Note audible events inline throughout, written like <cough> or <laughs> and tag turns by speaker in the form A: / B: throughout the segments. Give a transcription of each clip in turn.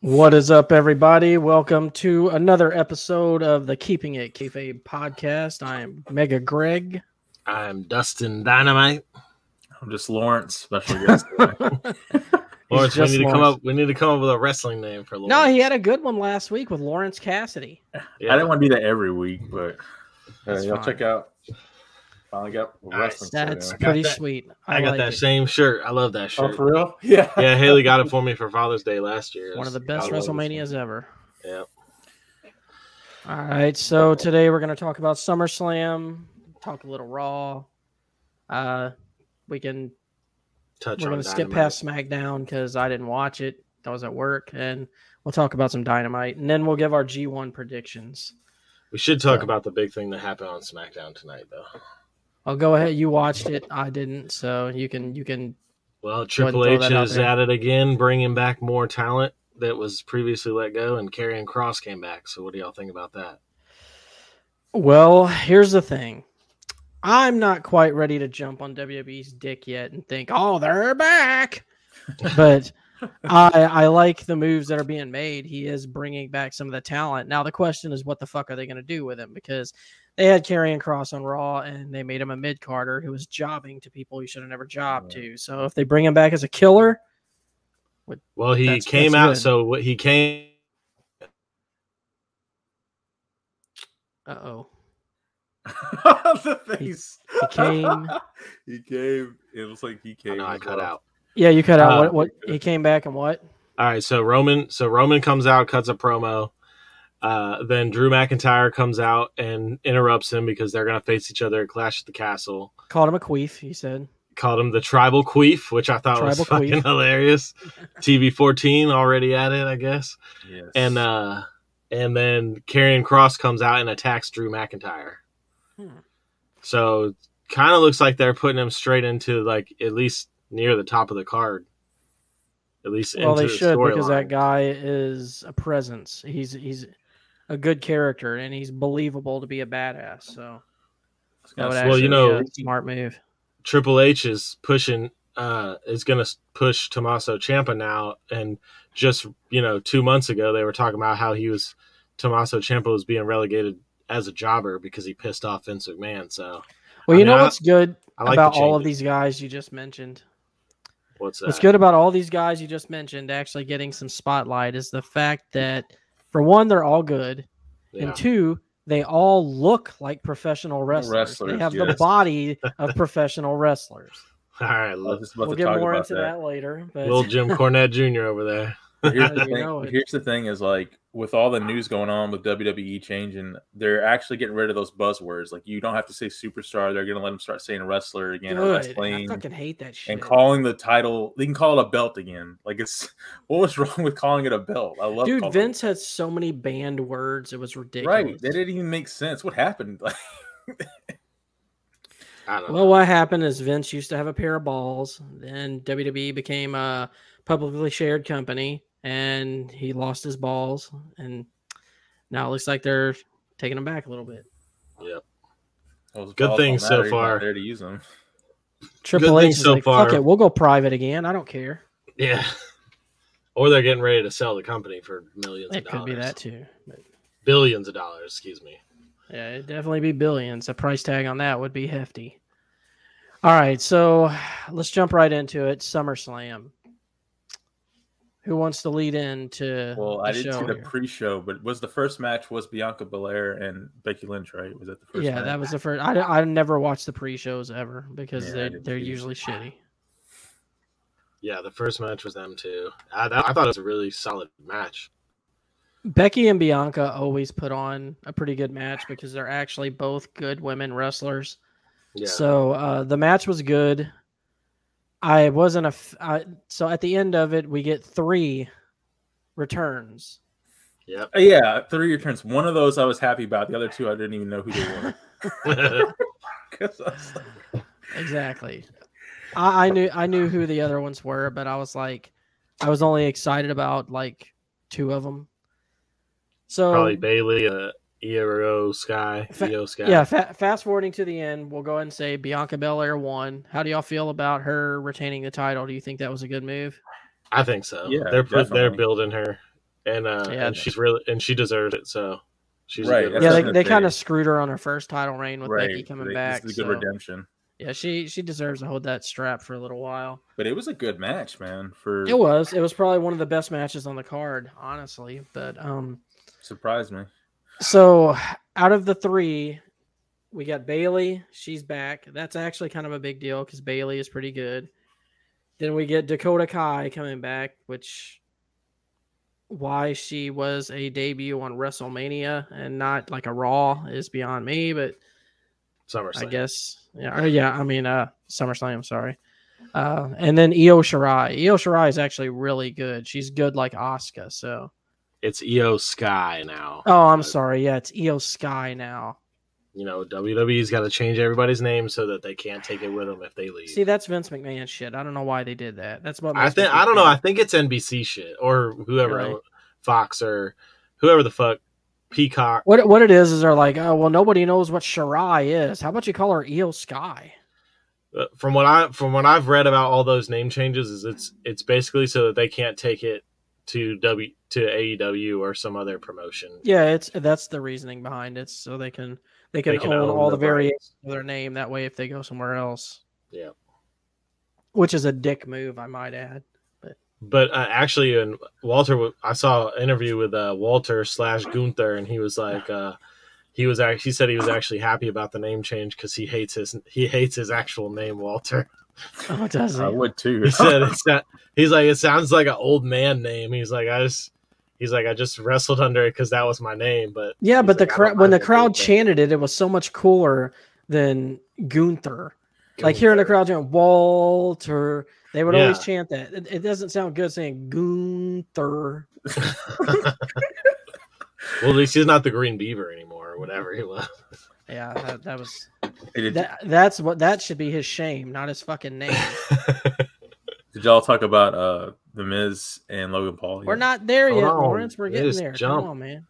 A: What is up, everybody? Welcome to another episode of the Keeping It Kayfabe podcast. I am Mega Greg.
B: I'm Dustin Dynamite.
C: I'm just Lawrence, special <laughs> guest.
A: He's
B: Lawrence, we
A: just
B: need to come
A: Lawrence.
B: up. We need to come up with a wrestling name for
A: No,
B: Lawrence.
A: he had a good one last week with Lawrence Cassidy.
B: Yeah.
C: I didn't want to do that every week, but uh,
A: That's
C: y'all
A: fine.
C: check out. Finally got a
B: Nice.
C: wrestling. shirt
A: That's
C: on.
B: got
A: pretty
B: that.
A: sweet. I,
B: I got
A: like
B: that
A: it.
B: same shirt. I love that
C: Oh,
B: shirt.
C: for real? <laughs> Yeah.
B: yeah, Haley got it for me for Father's Day last year.
A: One of the
B: I
A: best
B: love this one.
A: WrestleManias ever.
B: Yep.
A: All right, so today we're going to talk about SummerSlam, talk a little Raw. Uh, we can
B: Touch
A: we're
B: on
A: going to skip
B: Dynamite.
A: past SmackDown because I didn't watch it. I was at work, and we'll talk about some Dynamite, and then we'll give our G1 predictions.
B: We should talk about the big thing that happened on SmackDown tonight, though.
A: I'll go ahead. You watched it. I didn't. So you can you can
B: Well, Triple
A: throw
B: H
A: that out
B: is
A: there.
B: at it again, bringing back more talent that was previously let go, and Karrion Cross came back. So, what do y'all think about that?
A: Well, here's the thing. I'm not quite ready to jump on WWE's dick yet and think, "Oh, they're back." but I I like the moves that are being made. He is bringing back some of the talent. Now the question is, what the fuck are they going to do with him? Because they had Karrion Cross on Raw and they made him a mid Carter who was jobbing to people he should have never jobbed to. So if they bring him back as a killer,
B: Well, he
A: That's-
B: came
A: that's
B: out.
A: good.
B: So, what he came.
A: uh oh,
C: the face.
A: he
C: <laughs>
A: came.
C: he came. It looks like he
B: Oh,
C: came.
B: no, I
C: as
B: cut
C: well.
B: out.
A: yeah, you cut out
B: Uh,
A: what what he came back and what?
B: All right, so Roman, so Roman comes out, cuts a promo. Uh, then Drew McIntyre comes out and interrupts him because they're gonna face each other at Clash at the Castle.
A: Called him a queef. He said.
B: Called him the Tribal Queef, which I thought was
A: Tribal
B: fucking
A: Queef. <laughs>
B: hilarious. TV fourteen already at it, I guess.
C: Yes.
B: And uh, and then Karrion Cross comes out and attacks Drew McIntyre.
A: Hmm.
B: So kind of looks like they're putting him straight into like at least near the top of the card. At least
A: Well,
B: into
A: they
B: the
A: should because
B: storyline.
A: that guy is a presence. He's he's a good character and he's believable to be a badass. So that would
C: Well,
A: actually be
B: you know-
A: a smart move.
B: Triple H is pushing uh is going to push Tommaso Ciampa now and just you know 2 months ago they were talking about how he was Tommaso Ciampa was being relegated as a jobber because he pissed off Vince McMahon so
A: Well, you
B: I mean,
A: know
B: I-
A: what's good
B: I like
A: about
B: the
A: all of
B: changes.
A: these guys you just mentioned.
B: what's that
A: What's good about all these guys you just mentioned actually getting some spotlight is the fact that for one, they're all good,
B: yeah.
A: and two, they all look like professional wrestlers. They
C: wrestlers,
A: have the
C: yes.
A: body
B: <laughs>
A: of professional wrestlers.
B: <laughs> all right
A: <laughs>
C: I was
B: look,
C: just about
A: We'll
C: to
A: get
C: talk
A: more
C: about
A: into that. later. But <laughs>
B: little Jim Cornette Jr over there
C: Here's
A: Yeah,
C: the
A: you know
C: thing.
A: it.
C: Here's the thing is like with all the news going on with WWE changing, they're actually getting rid of those buzzwords. Like you don't have to say superstar. They're gonna let them start saying wrestler again or
A: good. I
C: wrestling.
A: fucking hate that shit.
C: and calling the title they can call it a belt again like it's <laughs> what was wrong with calling it a belt i love
A: Dude,
C: calling
A: Vince had so many banned words. It was
C: it,
A: ridiculous.
C: right that didn't even make sense what happened <laughs> like
B: <laughs> I don't know
A: Well, what happened is Vince used to have a pair of balls. Then WWE became a publicly shared company, and he lost his balls. And now it looks like they're taking them back a little bit.
C: those
B: Good
C: balls
B: thing
C: don't
B: so
C: matter, you're not
B: far.
C: there to use them
A: Triple
B: thing
A: H is
B: so
A: like, fuck
B: far.
A: it, we'll go private again. I don't care.
B: yeah or they're getting ready to sell the company for millions
A: It
B: of
A: could be
B: dollars
A: that too. But
B: billions of dollars excuse me
A: yeah, it'd definitely be billions. A price tag on that would be hefty. All right, so let's jump right into it. SummerSlam. Who wants to lead in to
C: well
A: the
C: i didn't
A: show
C: see the
A: here?
C: pre-show but was the first match was bianca belair and becky lynch right was that the first
A: yeah,
C: match?
A: that was the first. I, I never watched the pre-shows ever because
C: Yeah, I
A: they
C: didn't
A: they're
C: either.
A: usually shitty.
B: yeah the first match was them too I, that, I thought it was a really solid match
A: Becky and Bianca always put on a pretty good match because they're actually both good women wrestlers.
B: yeah
A: So uh, the match was good. I wasn't a f- I, so at the end of it we get three returns.
B: yep
C: Uh, yeah three returns one of those i was happy about the other two i didn't even know who they
A: <laughs>
C: were <laughs>
B: <laughs>
C: 'Cause I was like,
A: Exactly. I, I knew I knew who the other ones were, but I was like, I was only excited about like two of them. So
B: Probably Bailey, uh, Eero Sky,
A: Fa-
B: Eo Sky.
A: yeah, fa- fast forwarding to the end, we'll go ahead and say Bianca Belair won. How do y'all feel about her retaining the title? Do you think that was a good move?
B: I think so.
C: Yeah,
B: they're put, they're
C: definitely.
B: building her and uh,
A: Yeah.
B: and she's really and she deserves it. So she's a
C: Right,
B: good
C: that's
A: yeah,
B: wrestler.
C: what
A: they, they
C: I'm gonna
A: kind of
C: say.
A: screwed her on her first title reign with
C: right.
A: Becky coming
C: This
A: back.
C: is a good
A: so-
C: redemption.
A: Yeah, she she deserves to hold that strap for a little while.
C: But it was a good match, man. For
A: It was it was probably one of the best matches on the card, honestly. But um,
C: surprised me.
A: so out of the three, we got Bailey. She's back. That's actually kind of a big deal because Bailey is pretty good. Then we get Dakota Kai coming back, which why she was a debut on WrestleMania and not like a Raw is beyond me. But I
B: SummerSlam.
A: guess. Yeah, or yeah. I mean, uh, SummerSlam. Sorry. Uh, and then Io Shirai. Io Shirai is actually really good. She's good like Asuka. So.
B: It's EO Sky now.
A: Oh, I'm sorry. Yeah, it's Io Sky now.
B: You know WWE's got to change everybody's name so that they can't take it with them if they leave.
A: See, that's Vince McMahon shit. I don't know why they did that. That's what
B: I
A: most
B: think
A: people
B: I don't know. I
A: think.
B: think it's NBC shit or whoever,
A: Right.
B: Fox or whoever the fuck, Peacock.
A: What what it is is they're like, oh well, nobody knows what Shirai is. How about you call her Io Sky?
B: Uh, From what I from what I've read about all those name changes, is it's it's basically so that they can't take it to W to AEW or some other promotion.
A: Yeah, it's that's the reasoning behind it, so they can they can,
B: They can
A: own,
B: own
A: all
B: the
A: the variations
B: rights.
A: of their name. That way, if they go somewhere else,
B: Yeah.
A: which is a dick move, I might add.
B: But uh, actually, and Walter, w- I saw an interview with uh, Walter slash Gunther, and he was like, uh, he was act- he said he was actually happy about the name change because he hates his he hates his actual name, Walter. <laughs>
A: Oh, it does
C: I
B: Uh,
A: not
C: would too.
A: <laughs>
B: He said it's not, he's like it sounds like an old man name. He's like I just he's like I just wrestled under it because that was my name. But
A: Yeah,
B: he's
A: but the
B: like, I
A: crowd
B: don't
A: when
B: mind
A: the
B: that
A: crowd
B: name.
A: chanted it, it was so much cooler than Gunther. Like hearing the crowd chant Walter, they would always
B: Yeah.
A: chant that. It, it doesn't sound good saying Gunther.
B: well, at least he's not the Green Beaver anymore or whatever he was.
A: Yeah, that, that was
C: Hey, did,
A: that, that's what that should be his shame, not his fucking
B: <laughs>
A: name.
C: did y'all talk about uh the Miz and Logan Paul?
A: We're
C: yet?
A: not there
B: Hold
A: yet,
B: on,
A: Lawrence. We're
B: it
A: getting
B: is
A: there.
B: jump.
A: Come on, man.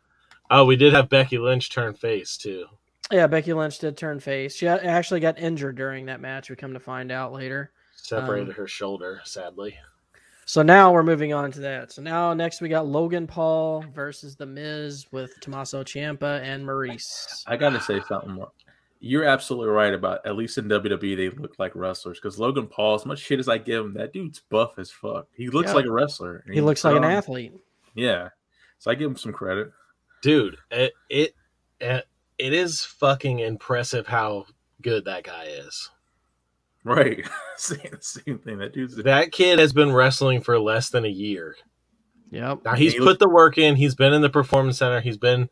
B: oh, we did have Becky Lynch turn face too.
A: Yeah, Becky Lynch did turn face. She a- actually got injured during that match. We come to find out later.
B: Separated
A: Um,
B: her shoulder, sadly.
A: So now we're moving on to that. So now next we got Logan Paul versus The Miz with Tommaso Ciampa and Maurice.
C: I got to say something more. You're absolutely right about at least in WWE they look like wrestlers because Logan Paul, as much shit as I give him, that dude's buff as fuck. He looks
A: Yeah.
C: like a wrestler. and
A: He looks like an
C: um,
A: athlete.
C: Yeah, so I give him some credit. <laughs>
B: Dude, it, it it it is fucking impressive how good that guy is.
C: Right, <laughs> same, same thing. That dude's
B: That kid has been wrestling for less than a year.
A: Yep.
B: Now he's
C: He
B: put
C: was-
B: the work in. He's been in the performance center. He's been,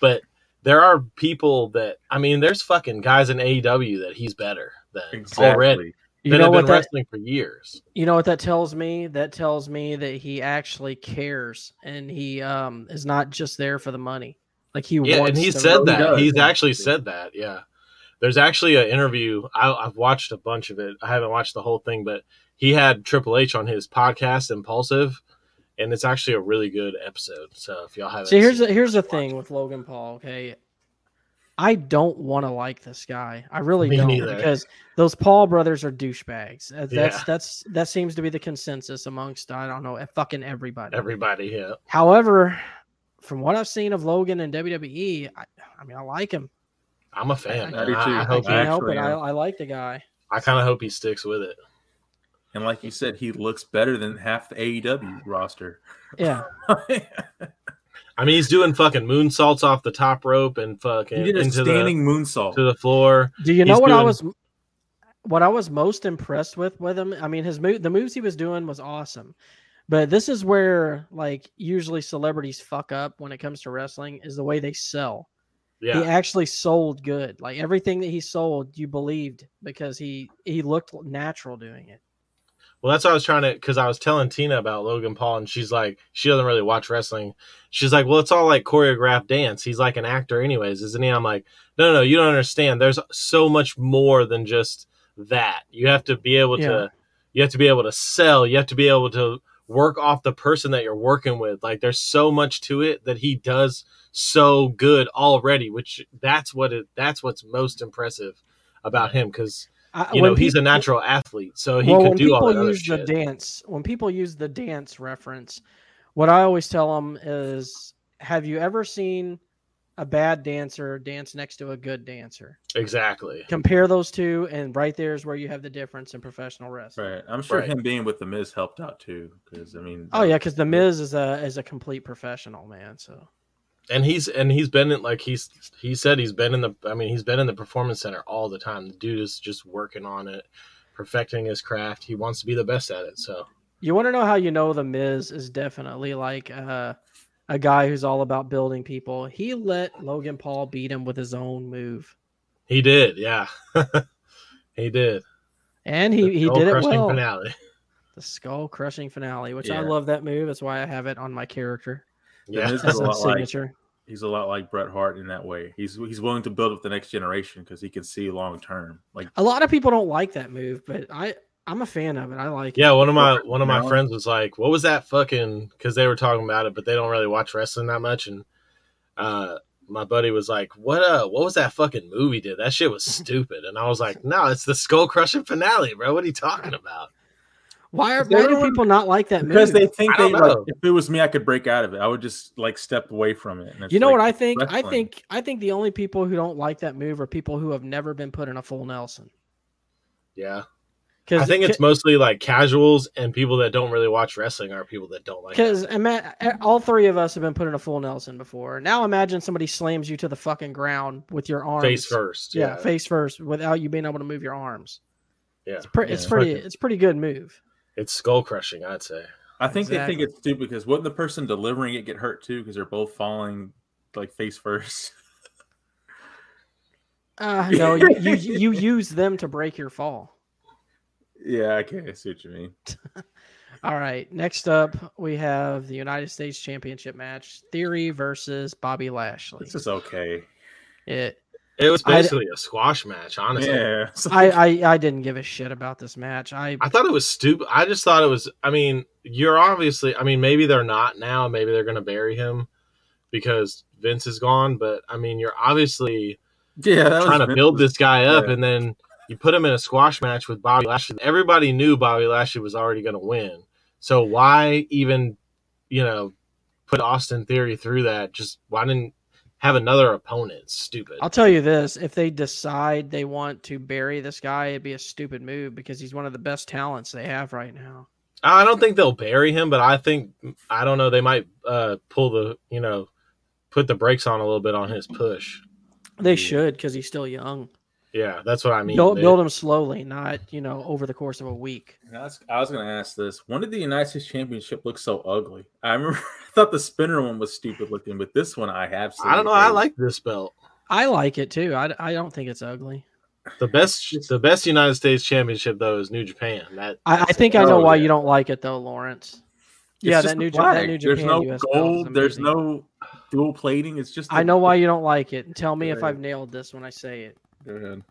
B: but there are people that I mean, there's fucking guys in AEW that he's better than already.
C: exactly.
A: You
B: that
A: know
B: have been
A: what that
B: wrestling for years.
A: you know what that tells me? That tells me that he actually cares and he um is not just there for the money. Like he
B: Yeah,
A: wants
B: and he
A: to
B: said
A: really-
B: that.
C: does.
B: He's actually said that. Yeah. There's actually an interview. I, I've watched a bunch of it. I haven't watched the whole thing, but he had Triple H on his podcast, Impulsive, and it's actually a really good episode. So if y'all haven't,
A: So here's
B: seen
A: the,
B: it,
A: here's the
B: watch
A: thing
B: it.
A: with Logan Paul. Okay, I don't want to like this guy. I really
B: Me
A: don't
B: neither.
A: because those Paul brothers are douchebags. Uh, That's
B: Yeah.
A: that's that seems to be the consensus amongst I don't know eh, fucking everybody.
B: Everybody, yeah,
A: However, from what I've seen of Logan and WWE, I, I mean I like him.
B: I'm a fan.
A: I
B: I,
A: do
B: I,
C: too.
B: I
A: I can't
B: hope he,
C: Actually,
A: help it. I,
C: yeah.
A: I like the guy.
B: I kind of hope he sticks with it.
C: And like you said, he looks better than half the AEW roster. <laughs>
A: Yeah,
C: he
B: I mean, he's doing fucking moonsaults off the top rope and fucking
C: did a
B: into the
C: standing moonsault.
B: to the floor.
A: Do you know
B: He's
A: what I
B: doing-
A: was? What I was most impressed with with him, I mean, his move, the moves he was doing was awesome, but this is where like usually celebrities fuck up when it comes to wrestling is the way they sell. He
B: Yeah,
A: actually sold good, like everything that he sold, you believed because he he looked natural doing it.
B: Well, that's what I was trying to because I was telling Tina about Logan Paul, and she's like, she doesn't really watch wrestling. She's like, well, it's all like choreographed dance. He's like an actor, anyways, isn't he? I'm like, no, no, no, you don't understand. There's so much more than just that. You have to be able
A: Yeah.
B: to, you have to be able to sell. You have to be able to work off the person that you're working with. Like, there's so much to it that he does so good already, which that's what it. That's what's most impressive about him because
A: I,
B: you
A: when
B: know he's a
A: peop-
B: natural athlete, so he
A: well,
B: could
A: when
B: do all
A: people
B: that other
A: use the
B: shit.
A: dance, when people use the dance reference, what I always tell them is, have you ever seen a bad dancer dance next to a good dancer?
B: Exactly.
A: Compare those two, and right there is where you have the difference in professional wrestling.
C: Right. I'm sure
B: Right.
C: him being with the Miz helped out too. Because I mean,
A: Oh yeah, because the Miz is a is a complete professional man. So
B: And he's and he's been in like he's he said he's been in the I mean he's been in the performance center all the time. The dude is just working on it, perfecting his craft. He wants to be the best at it. So
A: you want to know how you know the Miz is definitely like uh, a guy who's all about building people. He let Logan Paul beat him with his own move,
B: he did, yeah. <laughs> he did.
A: and he he
B: Skull
A: did it
B: crushing
A: well.
B: finale. <laughs>
A: The skull crushing finale, which I
C: Yeah.
A: love that move. That's why I have it on my character.
C: The
B: Yeah.
C: Miz
A: That's
C: is a
A: my
C: lot like
A: signature.
C: he's a lot like Bret Hart in that way. He's he's willing to build up the next generation because he can see long term. Like
A: A lot of people don't like that move, but I I'm a fan of it. I like it.
B: Yeah, one of my one of my
C: No.
B: friends was like, "What was that fucking?" Because they were talking about it, but they don't really watch wrestling that much. And uh, my buddy was like, "What uh? What was that fucking movie? Did that shit was stupid?" And I was like, "No, it's the skull crushing finale, bro. What are you talking about?"
A: Why are
C: Is
A: why do
C: everyone-
A: people not like that
C: because
A: move?
C: they think
B: I
C: they
B: don't
C: like,
B: know.
C: if it was me, I could break out of it. I would just like step away from it. And it's
A: you know
C: like,
A: what I think? I
C: wrestling.
A: think I think the only people who don't like that move are people who have never been put in a full Nelson.
B: Yeah,
A: Because
B: I think it's mostly like casuals and people that don't really watch wrestling are people that don't like. it.
A: because e, all three of us have been put in a full Nelson before. Now imagine somebody slams you to the fucking ground with your arms
B: Face first,
A: Yeah,
B: yeah,
A: face first without you being able to move your arms.
B: yeah.
A: It's, pre- it's
C: Yeah.
A: pretty.
B: Fucking-
A: It's pretty good move.
B: It's skull crushing, I'd say.
C: I think they
A: Exactly.
C: think it's stupid because wouldn't the person delivering it get hurt too? Because they're both falling like face first. <laughs>
A: Uh, no, you, you you use them to break your fall.
C: yeah, okay, I see what you mean.
A: All right. Next up, we have the United States Championship match: Theory versus Bobby Lashley.
C: This is okay.
A: It.
B: It was
A: I-
B: basically a squash match, honestly.
C: Yeah, it's
A: I,
C: like-
A: I I didn't give a shit about this match. I
B: I thought it was stupid. I just thought it was. I mean, you're obviously. I mean, maybe they're not now. Maybe they're going to bury him because Vince is gone. But I mean, you're obviously
C: <laughs> yeah, that was
B: trying to
C: Vince's-
B: build this guy up,
C: yeah.
B: and then you put him in a squash match with Bobby Lashley. Everybody knew Bobby Lashley was already going to win. So why even, you know, put Austin Theory through that? Just why didn't have another opponent? Stupid.
A: I'll tell you this: if they decide they want to bury this guy, it'd be a stupid move because he's one of the best talents they have right now.
B: I don't think they'll bury him, but I think I don't know. They might uh, pull the you know put the brakes on a little bit on his push.
A: They should because he's still young.
B: Yeah, that's what I mean.
A: build,
B: They-
A: build him slowly, not you know over the course of a week.
C: And I was, I was going to ask this. When did the United States Championship look so ugly? I remember <laughs> I thought the spinner one was stupid looking, but this one I have.
B: I don't know. I like this belt.
A: I like it too. I, I don't think it's ugly.
B: The best the best United States Championship though is New Japan. That
A: I, I think I know
C: Oh,
A: why
C: yeah.
A: you don't like it though, Lawrence. yeah, that New, Ja- that New Japan.
C: There's no
A: US belt is
C: gold. There's
A: amazing.
C: no dual plating. It's just.
A: I know why you don't like it. And tell me if
C: Right.
A: I've nailed this when I say it.
C: Go ahead.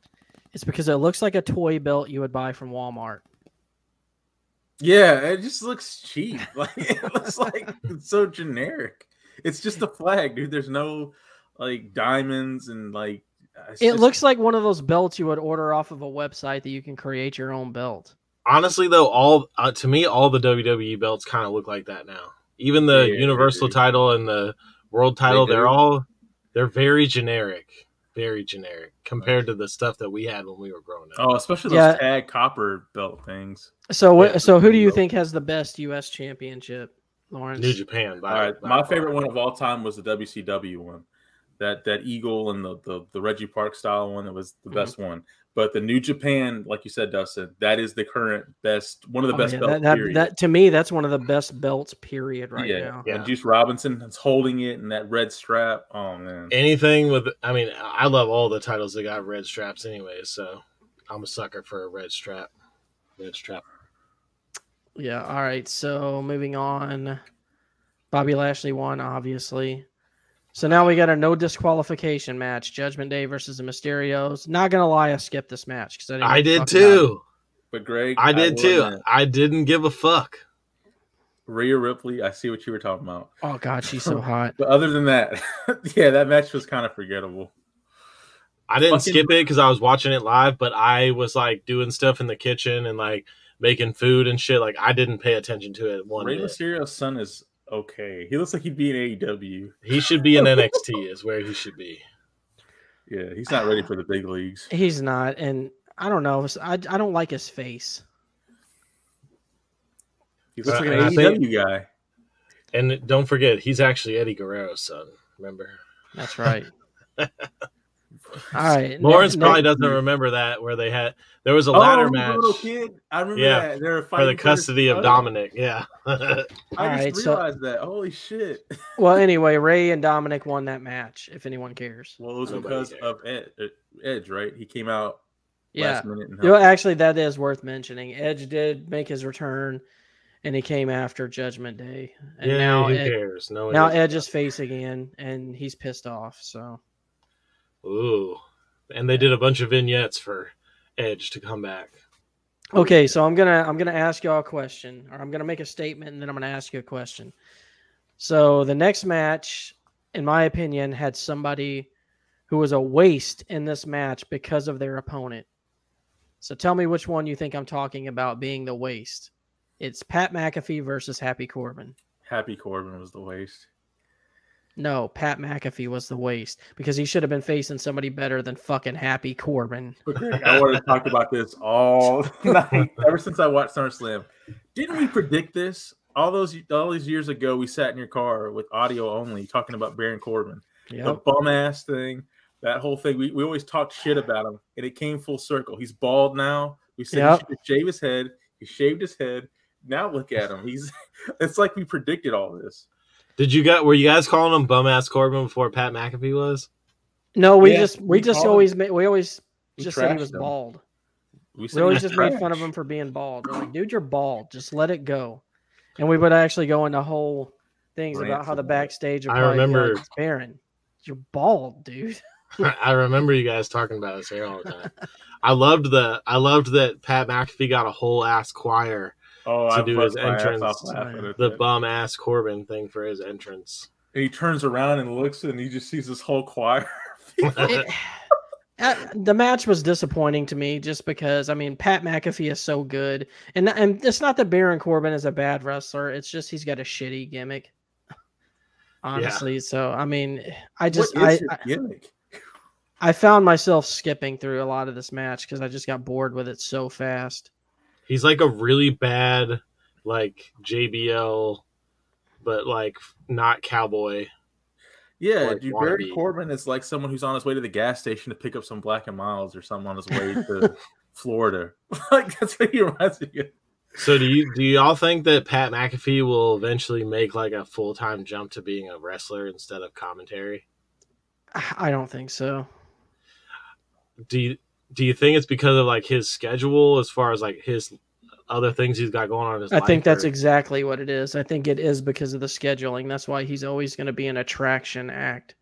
A: It's because it looks like a toy belt you would buy from Walmart.
C: Yeah, it just looks cheap. <laughs> Like it looks like it's so generic. It's just a flag, dude. There's no like diamonds and like. it's
A: It
C: just-
A: looks like one of those belts you would order off of a website that you can create your own belt.
B: honestly though, all uh, to me, all the WWE belts kind of look like that now. Even the
C: Yeah, they
B: Universal
C: do.
B: title and the World title,
C: They
B: they are
C: do.
B: all they're very generic, very generic compared to the stuff that we had when we were growing up.
C: Oh, especially those
A: Yeah.
C: tag copper belt things.
A: So, wh-
B: Yeah,
A: so who do you
C: belt.
A: think has the best U.S. championship, Lawrence?
B: New Japan. By,
C: Oh, All right,
B: by
C: my
B: far.
C: favorite one of all time was the WCW one, that that eagle and the the, the Reggie Park style one. That was the
B: Mm-hmm.
A: Mhm.
C: best one. But the New Japan, like you said, Dustin, that is the current best, one of the
A: Oh,
C: best
A: yeah,
C: belts.
A: that, that,
C: period.
A: that- to me, that's one of the best belts. Period. Right
C: yeah,
A: now.
C: yeah.
B: Yeah.
C: And Juice Robinson is holding it, and that red strap. Oh man,
B: anything with i mean i love all the titles that got red straps anyway so i'm a sucker for a red strap red strap
A: Yeah. All right. So moving on, Bobby Lashley won, obviously. So now we got a no disqualification match: Judgment Day versus the Mysterios. Not gonna lie, I skipped this match because I, didn't
B: i
A: give a fuck
B: did
A: about it.
B: too
C: but Greg,
B: i did
C: will
B: too
C: admit,
B: i didn't give a fuck
C: Rhea Ripley, I see what you were talking about.
A: Oh God, she's
B: <laughs>
A: so hot.
C: But other than that, <laughs> yeah, that match was kind of forgettable.
B: i didn't
C: Fucking-
B: skip it because i was watching it live but i was like doing stuff in the kitchen and like making food and shit like i didn't pay attention to it one
C: Rey
B: bit.
C: Mysterio's son is okay. He looks like he'd be in E AEW.
B: He should be in NXT, <laughs> is where he should be.
C: Yeah, he's not ready for the big leagues.
A: He's not, and I don't know. I, I don't like his face.
C: He looks
B: Uh,
C: like an
B: and I
C: AEW
B: think-
C: guy.
B: And don't forget, he's actually Eddie Guerrero's son. Remember,
A: That's
B: <laughs>
A: right. All right,
B: Lawrence
A: next-
B: probably
A: next-
B: doesn't remember that. Where they had there was a
C: Oh,
B: ladder
C: he's a
B: match
C: little kid. I remember
B: Yeah,
C: that. They were
B: for
C: fighting
B: the
C: his
B: custody of
C: son.
B: Dominic. Yeah, <laughs>
C: I just
A: Alright, so-
C: realized that. Holy shit!
A: Well, anyway, Ray and Dominic won that match. If anyone cares,
C: <laughs> Well, it was
B: Nobody
C: because
B: cared.
C: of Ed, uh, Edge, right? He came out
A: yeah.
C: last minute. And
A: You know, actually, that is worth mentioning. Edge did make his return, and he came after Judgment Day, and
B: yeah.
A: now
B: who
A: Ed,
B: cares? No one.
A: now
B: gives a
A: Edge is face again, and he's pissed off. So
B: Ooh. And they did a bunch of vignettes for Edge to come back.
A: okay, so I'm gonna I'm gonna ask y'all a question, or I'm gonna make a statement, and then I'm gonna ask you a question. So the next match, in my opinion, had somebody who was a waste in this match because of their opponent. So tell me which one you think I'm talking about being the waste. It's Pat McAfee versus Happy Corbin.
C: Happy Corbin was the waste.
A: No, Pat McAfee was the waste because he should have been facing somebody better than fucking Happy Corbin.
C: But Greg, I <laughs> wanted to talk about this <laughs> all night. Ever since I watched SummerSlam, didn't we predict this? All those all these years ago, we sat in your car with audio only, talking about Baron Corbin, the
A: Yep.
C: bum ass thing, that whole thing. We, we always talked shit about him, and it came full circle. He's bald now. We said
A: Yep.
C: he should shave his head. He shaved his head. Now look at him. He's. <laughs> It's like we predicted all this.
B: Did you got were you guys calling him bum ass Corbin before Pat McAfee was? <laughs>
A: No, we
C: Yeah,
A: just we
C: we
A: just
C: called
A: always made we always
C: We
A: just said he was
C: trashed him.
A: bald.
C: We,
A: We
C: said
A: always
C: he's
A: just made fun of
C: trash.
A: him for being bald. We're like, dude, you're bald. Just let it go. And we would actually go into whole things about
C: Rants
A: how the
C: about it.
A: backstage. would
B: I
A: probably be
B: remember-
A: like, "It's Baron, you're bald, dude.
B: I remember you guys talking about his hair all
A: <laughs>
B: the time. I loved the I loved that Pat McAfee got a whole ass choir.
C: Oh,
B: to
C: I
B: do
C: fucked
B: his
C: my ass
B: entrance,
C: off laughing at
B: The
C: that.
B: bum ass Corbin thing for his entrance.
C: And he turns around and looks, and he just sees this whole choir. <laughs>
A: It- Uh, the match was disappointing to me just because I mean Pat McAfee is so good, and and it's not that Baron Corbin is a bad wrestler. It's just he's got a shitty gimmick. Honestly, so I mean, I just
C: what
A: I,
C: is his
A: I
C: gimmick?
A: I found myself skipping through a lot of this match because I just got bored with it so fast.
B: <laughs> He's like a really bad like JBL but like not cowboy.
C: Yeah,
B: like,
C: dude,
B: wannabe.
C: Barry Corbin is like someone who's on his way to the gas station to pick up some Black and Miles or something on
A: <laughs>
C: his way to Florida. <laughs> Like that's what he reminds me of.
B: So do you do y'all think that Pat McAfee will eventually make like a full time jump to being a wrestler instead of commentary?
A: I- I don't think so.
B: Do you do you think it's because of like his schedule as far as like his other things he's got going on in his
A: I
B: life?
A: think that's
B: or-
A: exactly what it is. I think it is because of the scheduling. That's why he's always going to be an attraction act.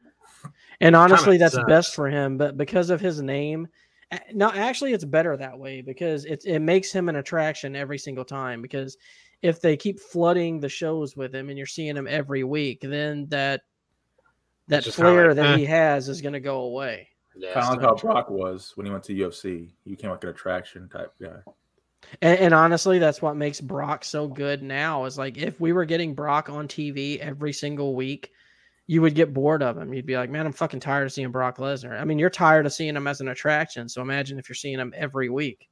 A: And honestly, that's
B: sucks.
A: best for him. But because of his name, a- no, actually, it's better that way because it it makes him an attraction every single time. Because if they keep flooding the shows with him and you're seeing him every week, then that that
B: just kinda
A: flair
B: like,
A: that
B: eh.
A: he has is going to go away.
B: Yeah,
C: Kind of like
B: so-
C: how Brock was when he went to UFC. He became like an attraction type guy. <laughs>
A: And, and honestly, that's what makes Brock so good now. Is like if we were getting Brock on TV every single week, you would get bored of him. You'd be like, man, I'm fucking tired of seeing Brock Lesnar. I mean, you're tired of seeing him as an attraction. So imagine if you're seeing him every week.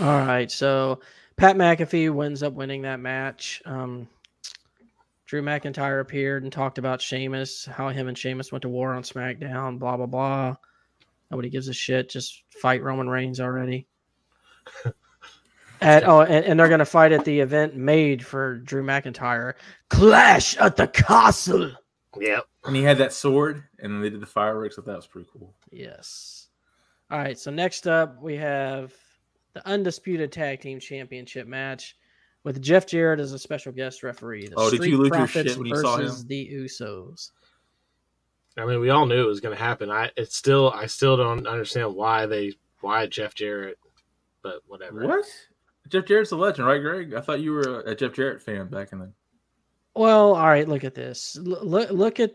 A: All right. So Pat McAfee wins up winning that match. Um, Drew McIntyre appeared and talked about Sheamus, how him and Sheamus went to war on SmackDown, blah, blah, blah. Nobody gives a shit. Just fight Roman Reigns already. At, oh, and, and they're going to fight at the event made for Drew McIntyre Clash at the Castle.
B: <laughs> Yep.
C: and he had that sword, and they did the fireworks. So that was pretty cool.
A: Yes. All right. So next up, we have the undisputed tag team championship match with Jeff Jarrett as a special guest referee. The
C: Oh, did
A: Street
C: you lose your
A: Profits
C: shit when you saw him?
A: versus The Usos.
B: I mean, we all knew it was going to happen. I it's still I still don't understand why they why Jeff Jarrett, but whatever.
C: What? Jeff Jarrett's a legend, right, Greg? I thought you were a, a Jeff Jarrett fan back in the
A: Well, all right. Look at this. Look, look at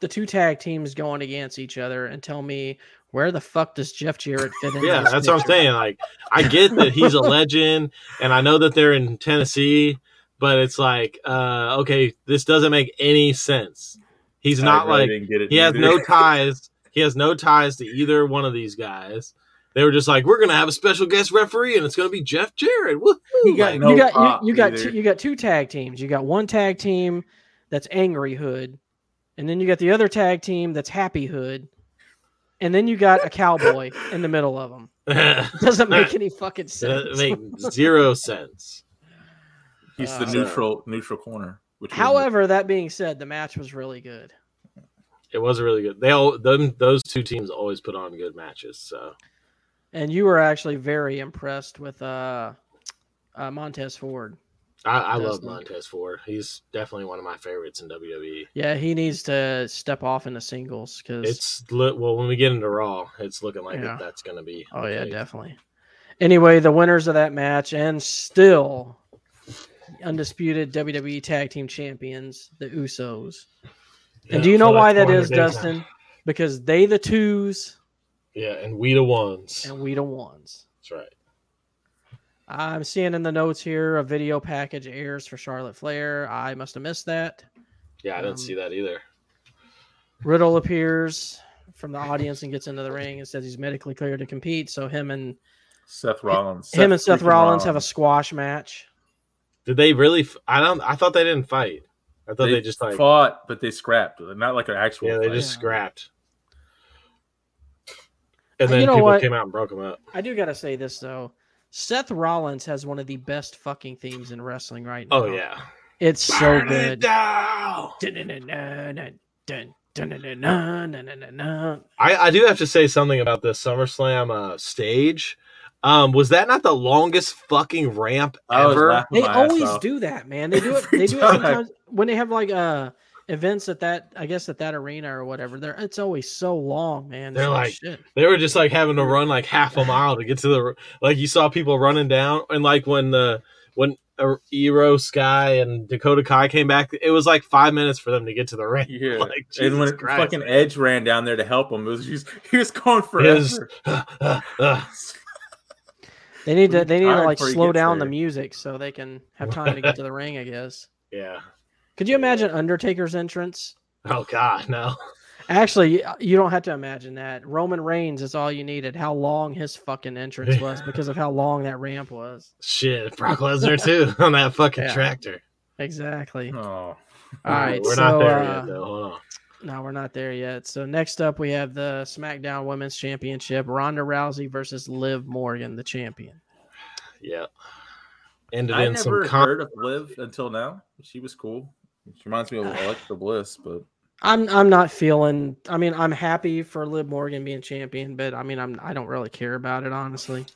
A: the two tag teams going against each other, and tell me where the fuck does Jeff Jarrett fit in?
B: yeah,
A: this
B: that's what I'm
A: picture?
B: saying. Like, I get that he's a legend, <laughs> and I know that they're in Tennessee, but it's like, uh, okay, this doesn't make any sense. He's not
C: I really
B: like
C: didn't get it
B: he has
C: either.
B: no ties. He has no ties to either one of these guys. They were just like, we're gonna have a special guest referee, and it's gonna be Jeff Jarrett. Woohoo!
C: He got
B: Like,
C: no
A: you got
C: pop
A: you, you got
C: either.
A: two, you got two tag teams. You got one tag team that's Angry Hood, and then you got the other tag team that's Happy Hood, and then you got a cowboy in the middle of them. <laughs>
C: <laughs>
A: Doesn't make any fucking
B: <laughs> that
A: sense.
B: makes zero sense.
C: <laughs> He's the
A: Uh,
C: neutral neutral corner. Which we-
A: However, that being said, the match was really good.
B: It was really good. They all them those two teams always put on good matches. So
A: And you were actually very impressed with uh, uh Montez Ford.
B: I, I love
A: Definitely.
B: Montez Ford. He's definitely one of my favorites in E. WWE.
A: Yeah, he needs to step off into singles because
B: It's look well when we get into Raw, it's looking like
A: Yeah.
B: that that's going to be.
A: oh yeah,
B: okay.
A: definitely. Anyway, the winners of that match and still undisputed WWE Tag Team Champions, the Usos.
B: Yeah,
A: and do you
B: so
A: know why
B: that's
A: that
B: one of
A: is,
B: the days.
A: Dustin? Because they the twos
B: Yeah, and we the ones.
A: and we the ones.
B: That's right.
A: I'm seeing in the notes here a video package airs for Charlotte Flair. I must have missed that.
B: Yeah, I didn't
A: Um,
B: see that either.
A: Riddle appears from the audience and gets into the ring and says he's medically cleared to compete. So him and
C: Seth Rollins.
A: him and Seth
C: freaking
A: Rollins have a squash match.
B: Did they really? f- I don't. I thought they didn't fight. I thought
C: They,
B: they, just like
C: fought, but they scrapped. Not like an actual.
B: yeah, they
C: fight.
B: just
A: Yeah. Uh,
B: scrapped. And
A: You
B: then
A: know
B: people
A: what?
B: came out and broke them up.
A: I do gotta say this though. Seth Rollins has one of the best fucking themes in wrestling right now.
B: Oh yeah,
A: It's so
B: Burn it
A: good.
B: down!
A: Dun-dun-dun-dun, dun, dun-dun-dun-dun, dun-dun-dun-dun.
B: I, I do have to say something about this SummerSlam uh, stage. Um, was that not the longest fucking ramp
C: I was
B: ever?
C: laughing
A: They
C: my ass
A: always
C: off.
A: do that, man. They do it
C: Every
A: they do it
C: time.
A: sometimes when they have like uh events at that I guess at that arena or whatever. They're it's always so long, man. It's
B: They're like,
A: shit.
B: They were just like having to run like half a mile to get to the like you saw people running down and like when the when uh, Ero Sky and Dakota Kai came back, it was like five minutes for them to get to the ring.
C: <laughs>
B: <laughs>
C: Yeah.
B: Like,
C: and when
B: Jesus Christ,
C: fucking
B: man.
C: Edge ran down there to help him, it was just, <laughs> he was going
B: It was-
C: forever.
B: <laughs>
A: They need to they need to
C: Tired
A: like
C: before he
A: slow
C: gets
A: down the
C: there.
A: music so they can have time to get to the ring, I guess.
B: yeah.
A: Could you imagine Undertaker's entrance?
B: Oh God, no.
A: Actually, y- uh, you don't have to imagine that. Roman Reigns is all you needed. How long his fucking entrance
B: <laughs>
A: was because of how long that ramp was.
B: Shit, Brock Lesnar too <laughs> on that fucking
A: Yeah.
B: tractor.
A: Exactly. All
C: <laughs> Oh,
A: right,
B: we're
A: so,
B: not there
A: uh,
B: yet though. Hold on.
A: No, we're not there yet. So next up, we have the SmackDown Women's Championship: Ronda Rousey versus Liv Morgan, the champion.
B: Yeah. Ended
C: I
B: in
C: never
B: some con-
C: heard of Liv until now. She was cool. She reminds me of Alexa Bliss, but
A: I'm I'm not feeling. I mean, I'm happy for Liv Morgan being champion, but I mean, I'm I don't really care about it honestly.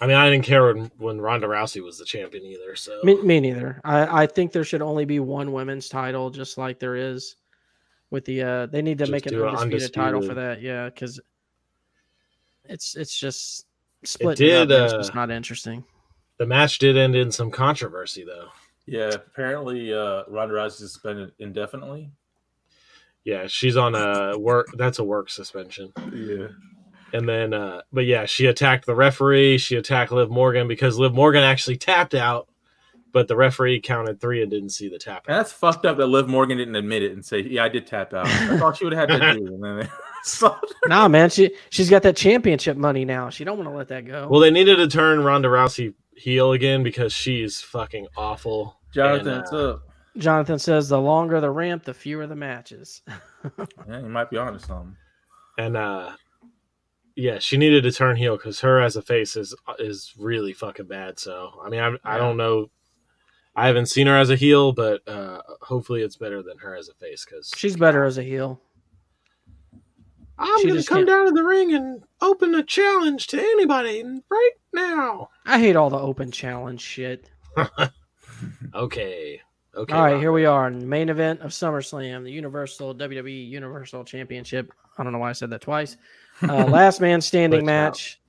B: I mean, I didn't care when, when Ronda Rousey was the champion either. So
A: Me, me neither. I, I think there should only be one women's title, just like there is with the. Uh, they need to
B: Just
A: make an
B: do an
A: undisputed, title for
B: undisputed.
A: that. Yeah, because it's it's just split.
B: did,
A: It it's
B: uh,
A: just not interesting.
B: the match did end in some controversy though.
C: yeah, apparently uh, Ronda Rousey suspended indefinitely.
B: Yeah, she's on a work. That's a work suspension.
C: Yeah.
B: And then, uh, but yeah, she attacked the referee. She attacked Liv Morgan because Liv Morgan actually tapped out, but the referee counted three and didn't see the tap
C: And
B: out.
C: that's fucked up that Liv Morgan didn't admit it and say, yeah, I did tap out. <laughs> I thought she would have had to do. And then <laughs> they stopped.
A: nah, man, she she's got that championship money now. She don't want to let that go.
B: Well, they needed to turn Ronda Rousey heel again because she's fucking awful.
C: Jonathan,
B: And,
C: what's
B: uh,
C: up?
A: Jonathan says the longer the ramp, the fewer the matches.
C: Yeah, you might be onto something.
B: and uh, yeah, she needed to turn heel because her as a face is is really fucking bad. So I mean, I, I don't know. I haven't seen her as a heel, but uh, hopefully it's better than her as a face because
A: She's better as a heel.
B: I'm
A: She
B: gonna
A: just
B: come
A: can't-
B: down to the ring and open a challenge to anybody right now.
A: I hate all the open challenge shit.
B: Okay. Okay.
A: All right,
B: Rob.
A: here we are in the main event of SummerSlam, the Universal WWE Universal Championship. I don't know why I said that
B: <laughs>
A: twice. Uh, last man standing
B: Good
A: match: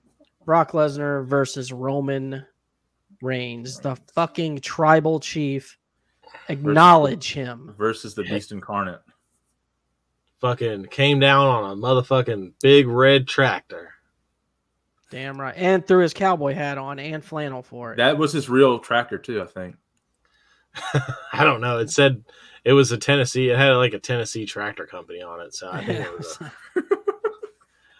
A: Brock Lesnar versus Roman Reigns, the fucking tribal chief. Acknowledge him.
C: Versus the Beast Incarnate.
B: fucking came down on a motherfucking big red tractor. <laughs>
A: Damn right. And threw his cowboy hat on and flannel for it.
C: That was his real tractor too, I think.
B: I don't know. It said it was a Tennessee. It had like a Tennessee tractor company on
A: <laughs>
B: it, so I think it was. A,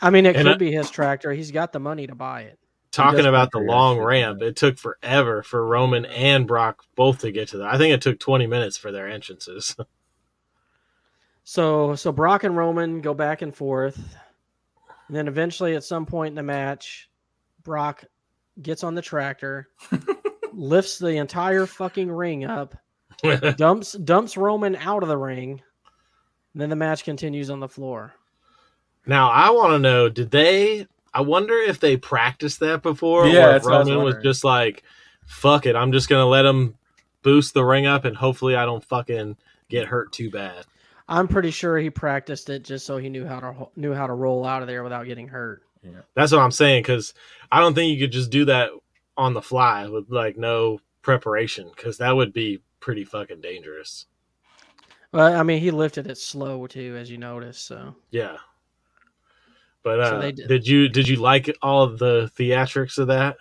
A: I mean, it
B: And
A: could
B: I-
A: be his tractor. He's got the money to buy it.
B: talking
C: does
B: about the
C: look
B: long
C: aggressive,
B: ramp, it took forever for Roman and Brock both to get to that. I think it took 20 minutes for their entrances. <laughs>
A: So so Brock and Roman go back and forth. And then eventually at some point in the match, Brock gets on the tractor, lifts the entire fucking ring up, dumps dumps Roman out of the ring, and then the match continues on the floor.
B: now, I want to know did they, I wonder if they practiced that before
C: Yeah,
B: or if
C: that's what I was
B: Roman was
C: wondering.
B: just like, fuck it, I'm just going to let him boost the ring up and hopefully I don't fucking get hurt too bad.
A: I'm pretty sure he practiced it just so he knew how to ho- knew how to roll out of there without getting hurt.
B: That's what I'm saying because I don't think you could just do that on the fly with like no preparation because that would be pretty fucking dangerous.
A: Well, I mean, he lifted it slow too, as you notice. So
B: Yeah. But uh,
A: So they
B: did.
A: did-
B: you did you like all of the theatrics of that?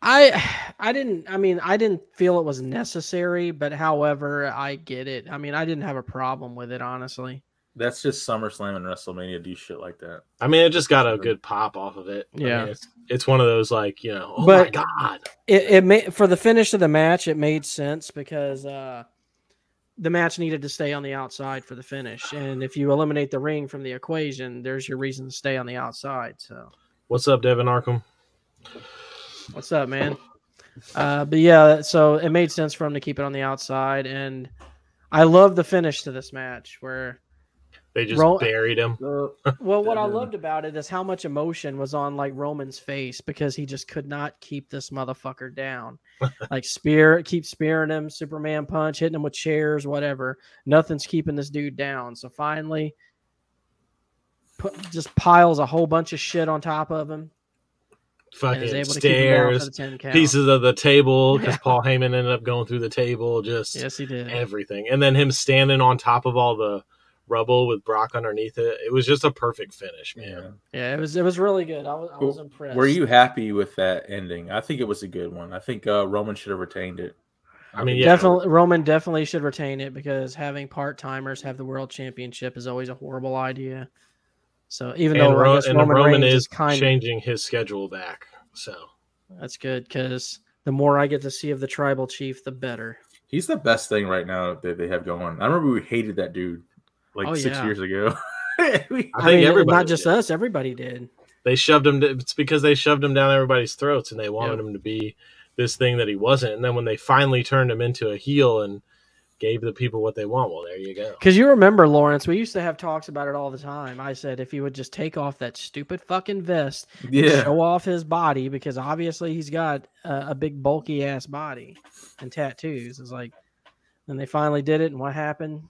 A: I, <sighs> I didn't. I mean, I didn't feel it was necessary, but however, I get it. I mean, I didn't have a problem with it honestly.
C: That's just SummerSlam and WrestleMania do shit like that.
B: I mean, it just got a
C: Sure.
B: good pop off of it. I mean,
A: Yeah.
B: it's, it's one of those like you know, oh
A: But-
B: my god,
A: It, it made for the finish of the match. It made sense because uh, the match needed to stay on the outside for the finish, and if you eliminate the ring from the equation, there's your reason to stay on the outside. So.
B: what's up, Devin Arkham?
A: What's up, man? Uh, but yeah, so it made sense for him to keep it on the outside, and I love the finish to this match. Where,
B: They just
A: Roll-
B: buried him.
C: So,
A: well, what I
C: Mhm.
A: loved about it is how much emotion was on like Roman's face because he just could not keep this motherfucker
B: <laughs>
A: down. like spear, keep spearing him, Superman punch, hitting him with chairs, whatever. Nothing's keeping this dude down. So finally, put, just piles a whole bunch of shit on top of him and is
B: Fucking
A: able to keep him down for
B: stairs,
A: the ten count.
B: pieces of the table because
A: Yeah.
B: Paul Heyman ended up going through the table, just
A: Yes, he did.
B: everything, and then him standing on top of all the rubble with Brock underneath it. It was just a perfect finish, man.
C: yeah.
A: Yeah, it was it was really good. I was, I was
C: Cool.
A: impressed.
C: Were you happy with that ending? I think it was a good one. I think uh, Roman should have retained it.
B: I mean,
C: think-
B: yeah.
A: definitely Roman definitely should retain it because having part timers have the world championship is always a horrible idea. So even
B: and
A: though
B: Ro-
A: I guess
B: and
A: Roman,
B: Roman
A: Reigns
B: is
A: is kind
B: changing his schedule back, so.
A: of that's good because the more I get to see of the tribal chief, the better.
C: He's the best thing right now that they have going. I remember we hated that dude like
A: Oh,
C: six
A: yeah.
C: years ago. <laughs> We-
B: I
A: I,
B: think
A: mean,
B: everybody
A: not just
B: did.
A: us, everybody did.
B: They shoved him. It's because they shoved him down everybody's throats, and they wanted
A: Yep.
B: him to be this thing that he wasn't. And then when they finally turned him into a heel and gave the people what they want, well, there you go.
A: Because you remember, Lawrence, we used to have talks about it all the time. I said if he would just take off that stupid fucking vest,
C: yeah.
A: show off his body because obviously he's got a, a big bulky ass body and tattoos. It's like, and they finally did it, and what happened?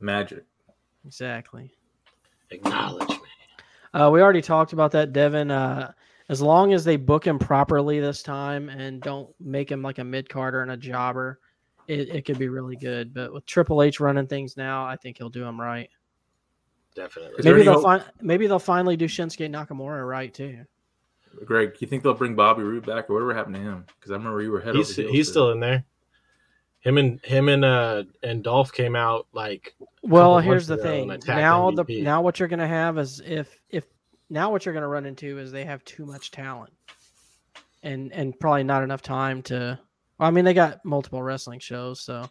C: Magic.
A: Exactly.
B: Acknowledge me.
A: Uh, we already talked about that, Devin. Uh, as long as they book him properly this time and don't make him like a mid carder and a jobber, it, it could be really good. But with Triple H running things now, I think he'll do him right.
B: Definitely.
C: Is there
A: Maybe
C: any
A: they'll
C: hope?
A: find maybe they'll finally do Shinsuke Nakamura right too.
C: Greg, you think they'll bring Bobby Roode back or whatever happened to him? Because I remember you were head
B: he's
C: over heels
B: he's
C: for
B: still
C: that.
B: in there. Him and him and uh and Dolph came out like
A: Well,
B: couple
A: here's
B: months
A: the
B: ago
A: thing.
B: and attacked
A: Now
B: MVP.
A: the now what you're gonna have is if if now what you're gonna run into is they have too much talent, and and probably not enough time to. Well, I mean, they got multiple wrestling shows, so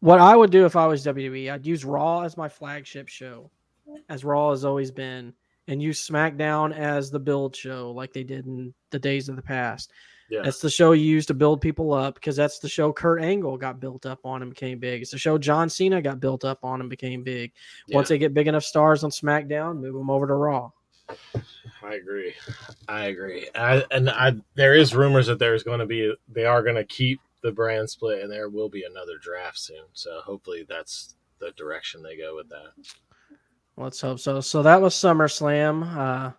A: what I would do if I was WWE, I'd use Raw as my flagship show, as Raw has always been, and use SmackDown as the build show, like they did in the days of the past.
B: yeah.
A: That's the show you use to build people up because that's the show Kurt Angle got built up on and became big. It's the show John Cena got built up on and became big. Once
B: yeah,
A: they get big enough stars on SmackDown, move them over to Raw.
B: I agree. I agree. I, and I there is rumors that there's going to be they are going to keep the brand split and there will be another draft soon. So hopefully that's the direction they go with that.
A: Let's hope so. So that was SummerSlam. Uh,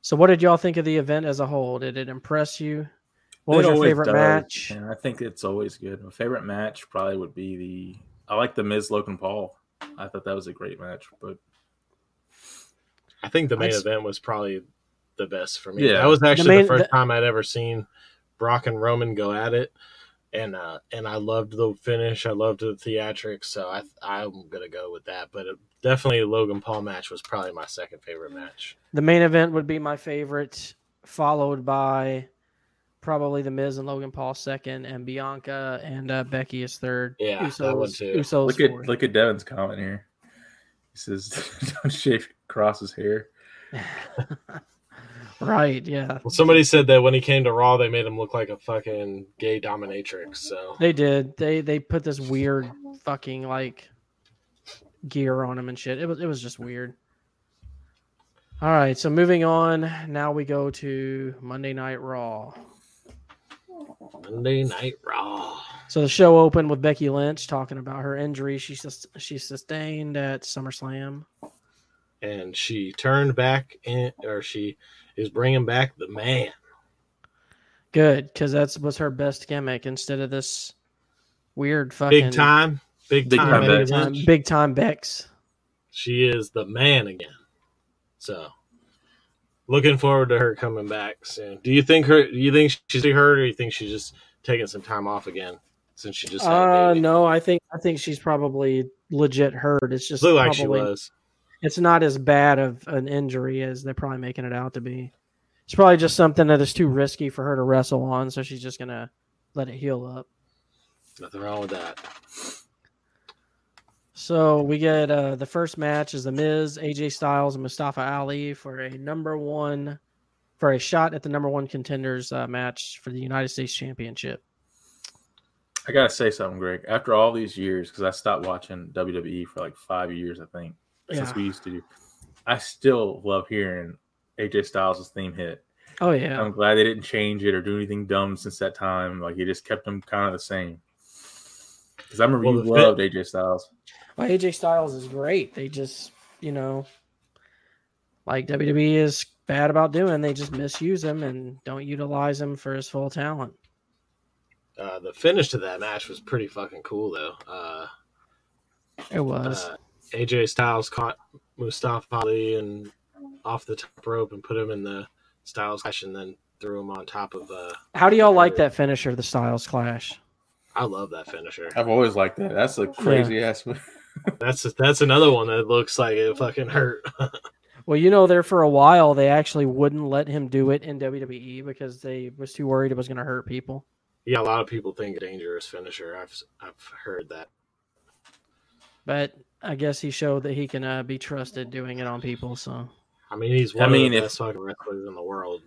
A: so what did y'all think of the event as a whole? Did it impress you? What was
C: It
A: your
C: always
A: favorite
C: does,
A: match?
C: And I think it's always good. My favorite match probably would be the. I like the Miz Logan Paul. I thought that was a great match, but
B: I think the main
A: I'd s-
B: event was probably the best for me.
C: Yeah.
B: that was actually the,
A: main-
B: first
A: the-
B: time I'd ever seen Brock and Roman go at it, and uh, and I loved the finish. I loved the theatrics, so I I'm gonna go with that. But it, definitely, the Logan Paul match was probably my second favorite match.
A: The main event would be my favorite, followed by probably the Miz and Logan Paul second, and Bianca and uh, Becky is third.
B: Yeah,
A: Usos,
B: that one too.
A: Usos
C: look at
A: fourth.
C: look at Devin's comment here. He says, <laughs> "Don't shave Cross's hair."
A: <laughs> right? Yeah,
B: Well, somebody said that when he came to Raw, they made him look like a fucking gay dominatrix. So
A: they did. They they put this weird fucking like gear on him and shit. It was it was just weird. All right, so moving on. Now we go to Monday Night Raw.
B: Monday Night Raw.
A: So the show opened with Becky Lynch talking about her injury she sus- she sustained at SummerSlam.
B: and she turned back in, or she is bringing back the man.
A: Good, because that's was her best gimmick instead of this weird fucking
B: Big time, big,
C: Big
B: time,
C: time
B: main
C: Bex.
A: time-
B: event.
A: big time Bex.
B: She is the man again. So, looking forward to her coming back soon. Do you think her? Do you think she's hurt, or do you think she's just taking some time off again since she just? Had a
A: Uh,
B: baby?
A: no, I think I think she's probably legit hurt. It's just
B: Looked like
A: probably
B: she was.
A: it's not as bad of an injury as they're probably making it out to be. It's probably just something that is too risky for her to wrestle on, so she's just gonna let it heal up.
B: Nothing wrong with that.
A: So we get uh, the first match is the Miz, AJ Styles, and Mustafa Ali for a number one, for a shot at the number one contenders uh, match for the United States Championship.
C: I gotta say something, Greg. After all these years, because I stopped watching WWE for like five years, I think, since
A: Yeah.
C: we used to do. I still love hearing AJ Styles' theme hit.
A: Oh yeah,
C: I'm glad they didn't change it or do anything dumb since that time. Like he just kept them kind of the same. Because I remember
B: Well,
C: you
B: the fit-
C: loved AJ Styles.
A: well, AJ Styles is great. They just you know, like WWE is bad about doing. They just misuse him and don't utilize him for his full talent.
B: Uh, the finish to that match was pretty fucking cool though. Uh,
A: It was.
B: uh, AJ Styles caught Mustafa Ali and off the top rope and put him in the Styles clash and then threw him on top of. Uh,
A: How do y'all like that finisher, the Styles Clash?
B: I love that finisher.
C: I've always liked that. That's a crazy ass move. <laughs>
A: Oh.
B: That's that's another one that looks like it fucking hurt.
A: Well, you know, there for a while they actually wouldn't let him do it in WWE because they was too worried it was going to hurt people.
B: yeah, a lot of people think dangerous finisher. I've I've heard that.
A: But I guess he showed that he can uh, be trusted doing it on people. So
B: I mean, he's
C: I
B: one
C: mean,
B: of the
C: if-
B: best fucking wrestlers in the world.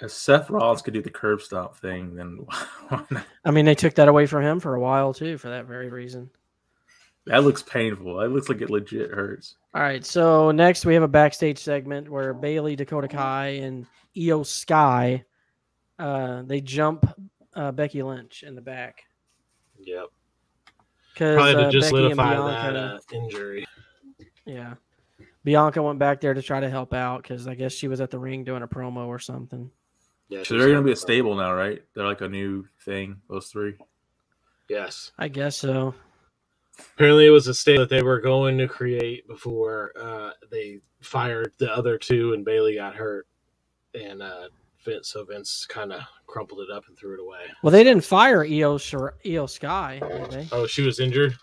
C: If Seth Rollins could do the curb stomp thing, then <laughs> why not?
A: I mean, they took that away from him for a while too, for that very reason.
C: that looks painful. That looks like it legit hurts.
A: All right, so next we have a backstage segment where Bailey, Dakota Kai, and Io Sky uh, they jump uh, Becky Lynch in the back
B: Yep,
A: because
B: probably to
A: uh,
B: just
A: Becky and
B: solidify
A: Bianca.
B: that uh, injury.
A: Yeah. Bianca went back there to try to help out because I guess she was at the ring doing a promo or something.
B: Yeah,
C: So
B: she's
C: they're gonna be a
B: got-
C: stable now, right? They're like a new thing. Those three.
B: Yes,
A: I guess so.
B: apparently it was a state that they were going to create before uh, they fired the other two and Bailey got hurt, and uh, Vince so Vince kind of crumpled it up and threw it away.
A: Well, they didn't fire Io, Shir- Io Sky, did they?
B: Oh, she was injured.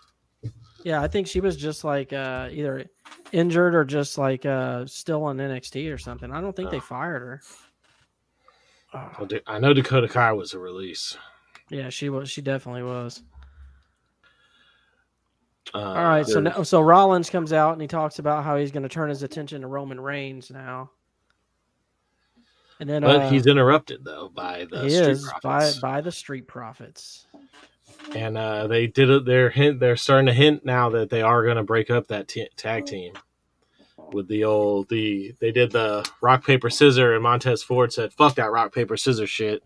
A: Yeah, I think she was just like uh, either injured or just like uh, still on NXT or something. I don't think they
B: Oh.
A: fired her.
B: Well, Da- Oh, I know Dakota Kai was a release.
A: Yeah, she was. She definitely was.
B: Uh,
A: All right, so
C: sure.
A: now, so Rollins comes out and he talks about how he's going to turn his attention to Roman Reigns now. And then
B: but
A: uh,
B: he's interrupted though by the
A: he
B: Street
A: is by,
B: Profits.
A: by the Street Profits.
B: and uh, they did it. They're hint. They're starting to hint now that they are going to break up that t- tag team with the old the. They did the rock paper scissor, and Montez Ford said, "Fuck that rock paper scissor shit."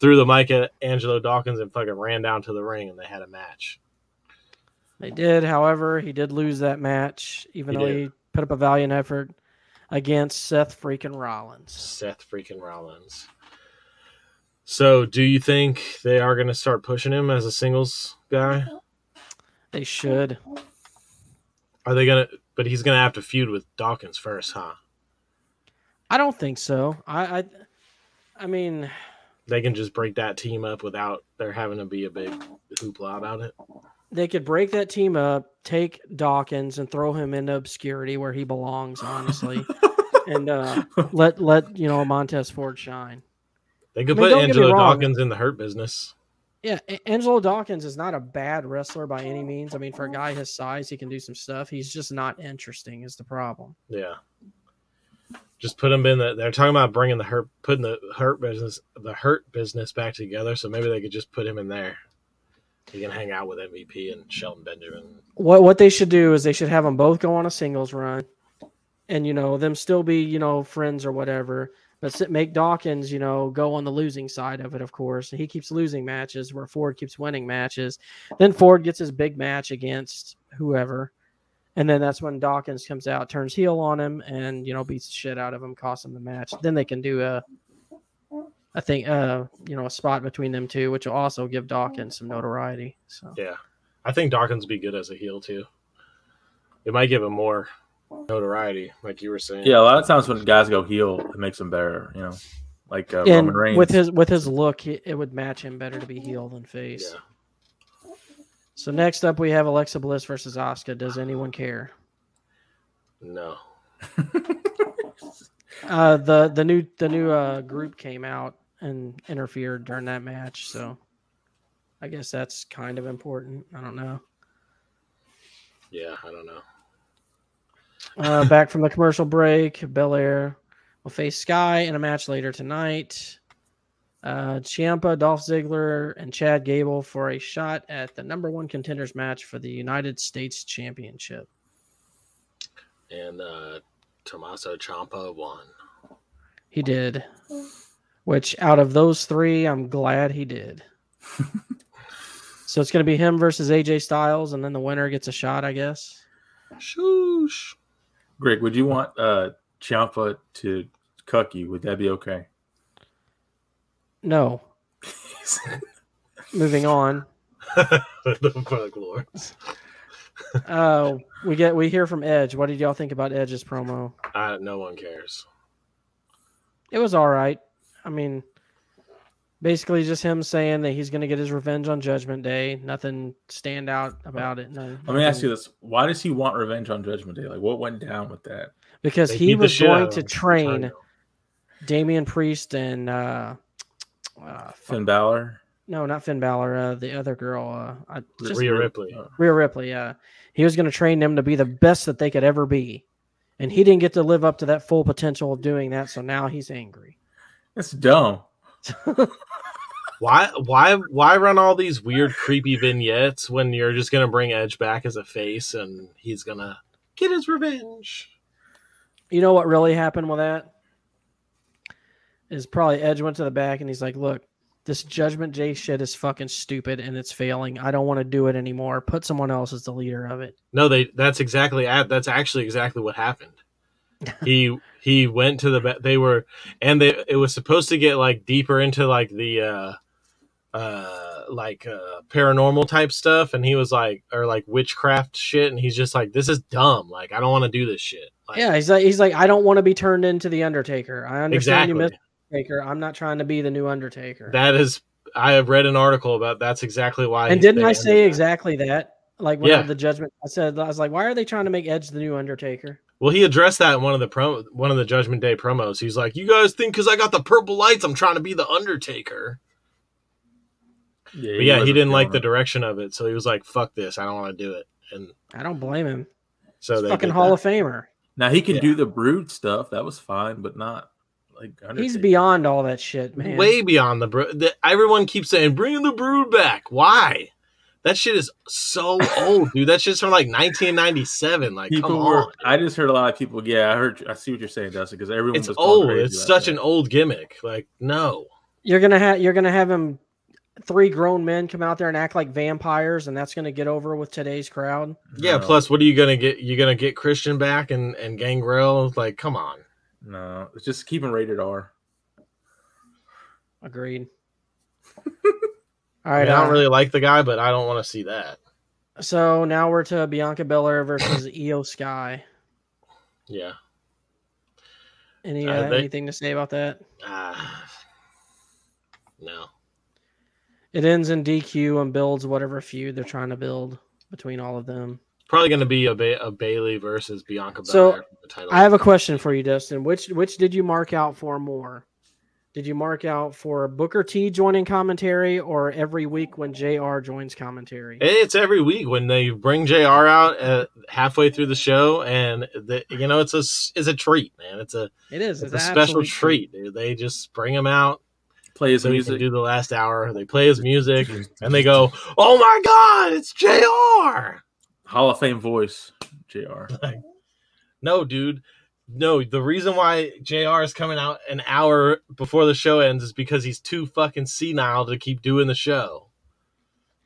B: Threw the mic at Angelo Dawkins and fucking ran down to the ring, and they had a match.
A: They did, however, he did lose that match, even
B: He
A: though
B: did.
A: he put up a valiant effort against Seth freaking Rollins.
B: Seth freaking Rollins. So, do you think they are going to start pushing him as a singles guy?
A: They should.
B: Are they gonna? But he's gonna have to feud with Dawkins first, huh?
A: I don't think so. I, I, I mean,
B: They can just break that team up without there having to be a big hoopla about it.
A: they could break that team up, take Dawkins, and throw him into obscurity where he belongs, honestly, and uh, let let you know Montez Ford shine.
B: They could
A: I mean,
B: put
A: don't get me
B: Angelo
A: wrong.
B: Dawkins in the hurt business.
A: Yeah, A- Angelo Dawkins is not a bad wrestler by any means. I mean, for a guy his size, he can do some stuff. He's just not interesting, is the problem.
B: Yeah. Just put them in the. They're talking about bringing the hurt, putting the hurt business, the hurt business back together. So maybe they could just put him in there. He can hang out with MVP and Shelton Benjamin.
A: What what they should do is they should have them both go on a singles run, and you know them still be you know friends or whatever. But sit, make Dawkins you know go on the losing side of it. Of course, he keeps losing matches where Ford keeps winning matches. Then Ford gets his big match against whoever, and then that's when Dawkins comes out, turns heel on him, and you know beats the shit out of him, costs him the match. Then they can do a. I think uh you know a spot between them two, which will also give Dawkins some notoriety. So
B: Yeah, I think Dawkins would be good as a heel too. It might give him more notoriety, like you were saying.
C: Yeah, a lot of times when guys go heel, it makes them better. You know, like uh,
A: and
C: Roman Reigns.
A: with his with his look, he, it would match him better to be heel than face.
B: Yeah.
A: So next up, we have Alexa Bliss versus Asuka. Does anyone care?
B: No.
A: Uh, the the new the new uh, group came out and interfered during that match, so I guess that's kind of important. I don't know.
B: Yeah, I don't know.
C: <laughs>
A: Uh, back from the commercial break, Belair will face Sky in a match later tonight. Uh, Ciampa, Dolph Ziggler, and Chad Gable for a shot at the number one contenders match for the United States Championship.
B: And uh Tommaso Ciampa won.
A: He did. Which out of those three, I'm glad he did. so it's going to be him versus AJ Styles, and then the winner gets a shot, I guess.
B: Shoosh.
C: Greg, would you want uh, Ciampa to cuck you? Would that be okay?
A: No. Moving on.
B: <laughs> What the fuck, Lord?
A: Uh, we get we hear from Edge. What did y'all think about Edge's promo?
B: Uh, no one cares.
A: It was all right. I mean, basically just him saying that he's going to get his revenge on Judgment Day. Nothing stand out about it. No,
C: Let me ask you this: Why does he want revenge on Judgment Day? Like, what went down with that?
A: because
B: They
A: he
B: beat the
A: was
B: shit out
A: going
B: of
A: to
B: him.
A: train Damian Priest and uh, uh, fuck-
C: Finn Balor.
A: no, not Finn Balor, uh, the other girl, uh, I just
B: Rhea Ripley.
A: Rhea Ripley. Uh, he was going to train them to be the best that they could ever be, and he didn't get to live up to that full potential of doing that. So now he's angry. <laughs>
C: That's dumb.
B: Why why why run all these weird creepy vignettes when you're just gonna bring Edge back as a face and he's gonna get his revenge?
A: You know what really happened with that is probably Edge went to the back and he's like, "Look, this Judgment Day shit is fucking stupid and it's failing. I don't want to do it anymore. Put someone else as the leader of it."
B: No, they that's exactly that's actually exactly what happened. He <laughs> he went to the ba- they were and they it was supposed to get like deeper into like the uh uh like uh paranormal type stuff and he was like or like witchcraft shit and he's just like this is dumb like I don't want to do this shit. Like,
A: Yeah, he's like, he's like, "I don't want to be turned into the Undertaker. I understand you,
B: Exactly.
A: Mister Undertaker. I'm not trying to be the new Undertaker."
B: That is I have read an article about that's exactly why
A: and
B: he-
A: didn't
B: they
A: I
B: ended
A: say
B: that.
A: exactly that? Like when I
B: Yeah.
A: had the judgment, I said I was like, "Why are they trying to make Edge the new Undertaker?"
B: Well, he addressed that in one of the promo, one of the Judgment Day promos. He's like, "You guys think because I got the purple lights, I'm trying to be the Undertaker."
C: Yeah,
B: But yeah, he
C: wasn't
B: didn't like the
C: feeling it.
B: direction of it, so he was like, "Fuck this, I don't want to do it." And
A: I don't blame him.
B: so they
A: Fucking
B: did
A: Hall
B: that.
A: of Famer.
C: Now he can
B: Yeah.
C: do the brood stuff. That was fine, but not like
A: He's
C: Undertaker.
A: beyond all that shit, man.
B: way beyond the, bro- the everyone keeps saying, "Bring the Brood back." Why? That shit is
C: <laughs>
B: so old, dude. That shit's from like 1997. Like,
C: People
B: come
C: were.
B: on.
C: I just heard a lot of people. Yeah, I heard. I see what you're saying, Dustin. Because everyone
B: It's
C: was going
B: old.
C: crazy
B: It's
C: about
B: such
C: that.
B: an old gimmick. Like, no.
A: You're gonna have you're gonna have him three grown men come out there and act like vampires, and that's gonna get over with today's crowd.
B: Yeah.
C: No.
B: Plus, what are you gonna get? You gonna get Christian back and and Gangrel? Like, come on.
C: No, it's just keeping rated R.
A: Agreed. all
B: I,
A: right, <laughs>
B: mean, I
A: uh,
B: don't really like the guy, but I don't want to see that.
A: So now we're to Bianca Belair versus Io Sky.
B: Yeah.
A: Any
B: Uh,
A: uh,
B: they-
A: anything to say about that?
B: Ah. no.
A: It ends in DQ and builds whatever feud they're trying to build between all of them.
B: Probably going to be a, ba- a Bailey versus Bianca Belair
A: So,
B: for the title.
A: I have a question for you, Dustin. Which which did you mark out for more? Did you mark out for Booker T joining commentary or every week when JR joins commentary?
B: It's every week when they bring Jr. out uh, halfway through the show, and the, you know it's a s- it's a treat, man. It's a
A: it is.
B: it's
A: It's
B: a
A: an
B: special
A: absolute
B: treat. dude. They just bring him out
C: Play his
B: so he can
C: music.
B: do the last hour. They play his
C: <laughs>
B: music, and they go, "Oh my God, it's Jr."
C: Hall of Fame voice, JR.
B: No, dude. No, the reason why JR is coming out an hour before the show ends is because he's too fucking senile to keep doing the show.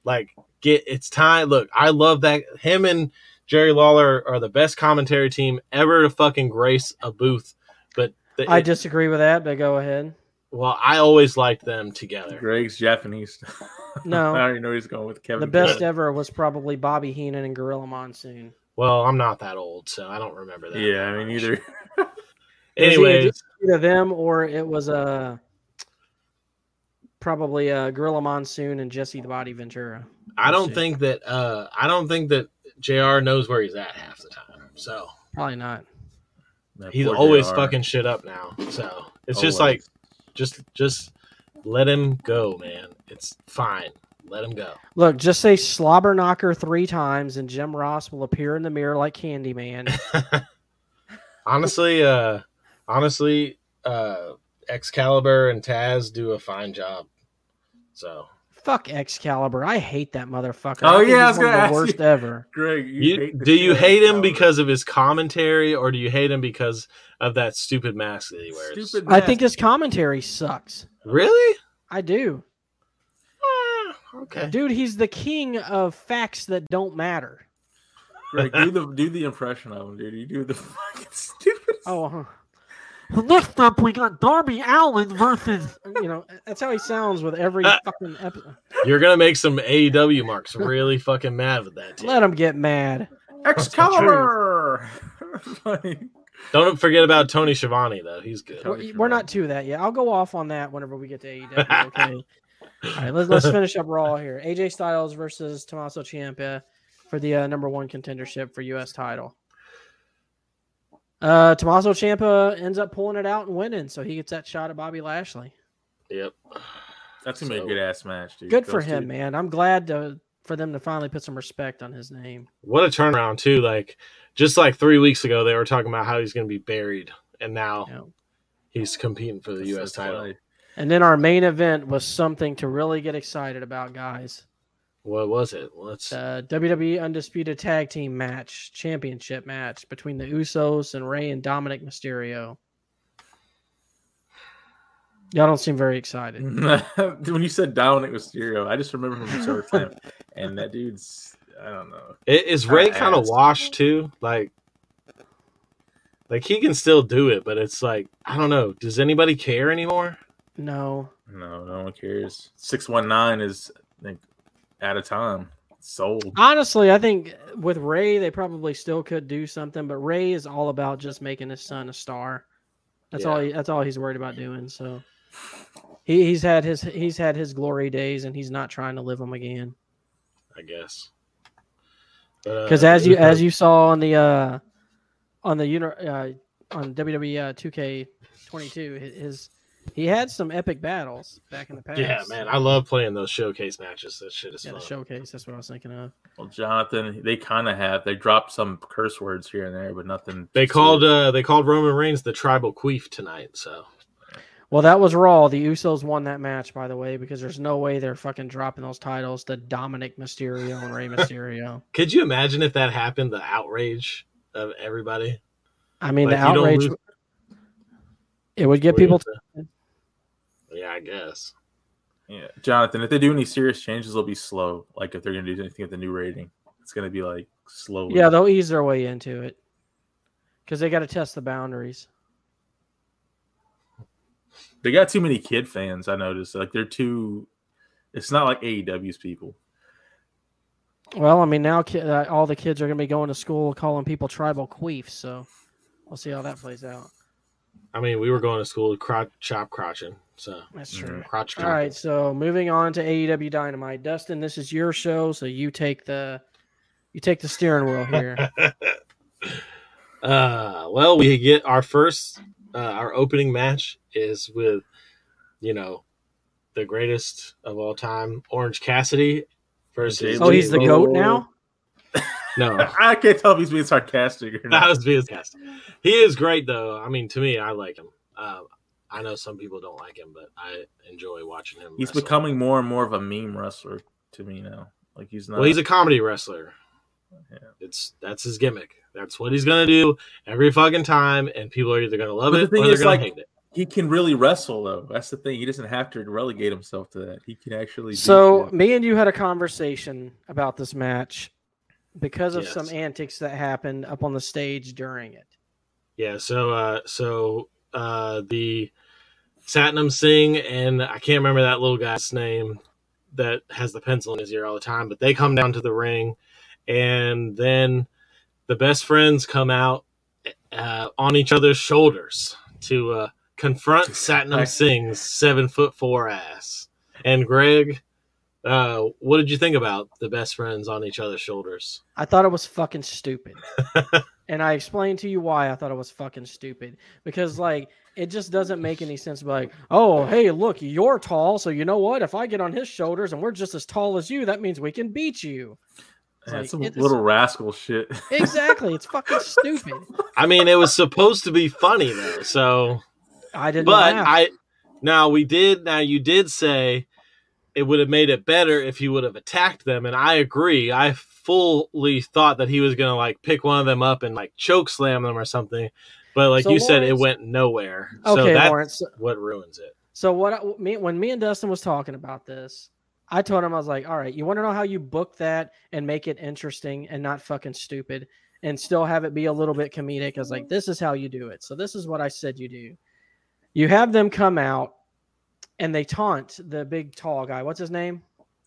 B: Like, get it's time. Look, I love that him and Jerry Lawler are the best commentary team ever to fucking grace a booth. But the,
A: I disagree with that, but go ahead.
B: well, I always liked them together.
C: Greg's Japanese. <laughs>
A: No.
C: I already know where he's going with Kevin.
A: The best ever was probably Bobby Heenan and Gorilla Monsoon.
B: Well, I'm not that old, so I don't remember that.
C: Yeah, I mean <laughs> either.
B: Anyways,
A: Either them or it was uh, probably uh, Gorilla Monsoon and Jesse the Body Ventura.
B: I
A: Let's
B: don't
A: see.
B: think that uh I don't think that JR knows where he's at half the time. So
A: Probably not.
C: That
B: he's
C: poor Oh,
B: always
C: JR.
B: fucking shit up now. So it's just like
C: Always.
B: just just let him go, man. It's fine. Let him go.
A: Look, just say slobber knocker three times, and Jim Ross will appear in the mirror like <laughs> Candyman.
B: Honestly, uh honestly, uh Excalibur and Taz do a fine job. So
A: Fuck Excalibur. I hate that motherfucker.
C: Oh,
A: I think
C: yeah, I
A: he's
C: was gonna
A: one of
C: ask
A: the
C: you.
A: worst
C: <laughs>
A: ever.
C: Greg. You
B: you,
C: hate the
B: do you
C: shit out of
B: hate him
C: Excalibur.
B: because of his commentary or do you hate him because of that stupid mask that he wears?
C: Stupid
A: I think
C: mask.
A: his commentary sucks.
B: Really?
A: I do,
B: Ah, okay.
A: dude. He's the king of facts that don't matter.
C: Greg, do the do the impression of him, dude. You do the <laughs> fucking stupid.
A: Oh.
C: <laughs>
A: huh. Next up, we got Darby Allen versus. <laughs> You know, that's how he sounds with every
C: Uh,
A: fucking episode.
B: You're gonna make some AEW marks really fucking mad with that. Dude.
A: Let him get mad.
C: Excalibur. <laughs> Funny.
B: Don't forget about Tony Schiavone though. He's good.
C: Tony
A: We're, we're not to that yet. I'll go off on that whenever we get to AEW. Okay. All right, let's, let's finish up Raw here. AJ Styles versus Tommaso Ciampa for the uh, number one contendership for U.S. title. Uh, Tommaso Ciampa ends up pulling it out and winning, so he gets that shot at Bobby Lashley.
B: Yep.
C: That's gonna be
B: So,
C: a good ass match, dude.
A: Good for
C: Those
A: him,
C: two-
A: man. I'm glad to, for them to finally put some respect on his name.
B: What a turnaround too. Like just like three weeks ago, they were talking about how he's gonna be buried, and now
A: you know.
B: he's competing for the
C: That's-
B: U.S.
C: that's
B: title.
C: why-
A: And then our main event was something to really get excited about, guys.
B: What was it? Let's.
A: The WWE Undisputed Tag Team Match Championship match between the Usos and Ray and Dominic Mysterio. Y'all don't seem very
C: Mm.
A: excited.
C: <laughs> when you said Dominic Mysterio, I just remember him from SummerSlam, and that dude's I don't know.
B: It, is Ray
C: Uh,
B: kind of
C: ass.
B: washed too? Like, like he can still do it, but it's like I don't know. Does anybody care anymore?
A: No,
C: No, no one cares. Six one nine is I think out of time. Sold.
B: Uh,
A: honestly, I think with Ray they probably still could do something, but Ray is all about just making his son a star. That's all.
B: Yeah.
A: He, that's all he's worried about doing. So he, he's had his he's had his glory days, and he's not trying to live them again.
B: I guess. uh,
A: because as you as you saw on the uh on the uni- uh, on WWE uh, 2K22 hi- his he had some epic battles back in the past.
B: Yeah, man, I love playing those showcase matches. That shit is
A: Yeah, the
B: fun.
A: showcase. That's what I was thinking of.
C: Well, Jonathan, they kind of have. They dropped some curse words here and there, but nothing.
B: They called uh they called Roman Reigns the tribal queef tonight, so
A: Well, that was Raw. The Usos won that match, by the way, because there's no way they're fucking dropping those titles to Dominic Mysterio and Rey Mysterio.
B: could you imagine if that happened, the outrage of everybody?
A: I mean, the
B: Like, you don't
A: outrage.
B: lose-
A: It would get
B: Where
A: people.
B: it's a- Yeah, I guess.
C: Yeah, Jonathan. If they do any serious changes, they'll be slow. Like if they're gonna do anything at the new rating, it's gonna be like slow.
A: yeah, they'll ease their way into it because they got to test the boundaries.
C: they got too many kid E fans. I noticed. Like they're too. It's not like AEW's people.
A: Well, I mean, now ki- uh, all the kids are going to be going to school calling people tribal queefs, so we'll see how that plays out.
B: I mean, we were going to school to crotch, chop crotching. So
A: That's
C: Mhm.
A: true.
B: crotch.
A: All right, so moving on to AEW Dynamite. Dustin, this is your show, so you take the you take the steering wheel
B: <laughs>
A: here.
B: Uh, well, we get our first, uh, our opening match is with, you know, the greatest of all time, Orange Cassidy versus.
A: oh, he's the goat now.
B: No,
C: <laughs> I can't tell if he's being sarcastic or
B: <laughs> that
C: not.
B: was being cast. He is great, though. I mean, to me, I like him. Um, I know some people don't like him, but I enjoy watching him.
C: He's
B: wrestle.
C: becoming more and more of a meme wrestler to me now. Like he's not.
B: Well, he's a comedy wrestler.
C: Yeah.
B: It's that's his gimmick. That's what he's gonna do every fucking time, and people are either gonna love
C: But the
B: it
C: thing
B: or they're
C: is,
B: gonna
C: like,
B: hate it.
C: he can really wrestle though. That's the thing. He doesn't have to relegate himself to that. He can actually. do
A: So
C: shit.
A: me and you had a conversation about this match because of
B: Yes.
A: some antics that happened up on the stage during it.
B: Yeah. So, uh, so uh, the Satnam Singh and I can't remember that little guy's name that has the pencil in his ear all the time, but they come down to the ring, and then the best friends come out uh, on each other's shoulders to uh, confront Satnam Singh's seven foot four ass. And Greg, uh, what did you think about the best friends on each other's shoulders?
A: I thought it was fucking stupid. and I explained to you why I thought it was fucking stupid. Because like it just doesn't make any sense. Like, oh hey, look, you're tall, so you know what? If I get on his shoulders and we're just as tall as you, that means we can beat you.
C: Yeah,
A: like,
C: it's some
A: it is-
C: little rascal shit.
A: Exactly. it's fucking stupid.
B: I mean, it was supposed to be funny though, so
A: I didn't
B: but
A: laugh.
B: I now we did now you did say it would have made it better if he would have attacked them, and I agree. I fully thought that he was gonna like pick one of them up and like choke slam them or something, but like
A: So
B: you said, it
A: Lawrence-
B: went nowhere. so
A: okay,
B: that's
A: Lawrence.
B: what ruins it.
A: So what I, me when me and Dustin was talking about this, I told him I was like, "All right, you want to know how you book that and make it interesting and not fucking stupid and still have it be a little bit comedic." I was like, "This is how you do it." So this is what I said you do. You have them come out and they taunt the big tall guy. What's his name?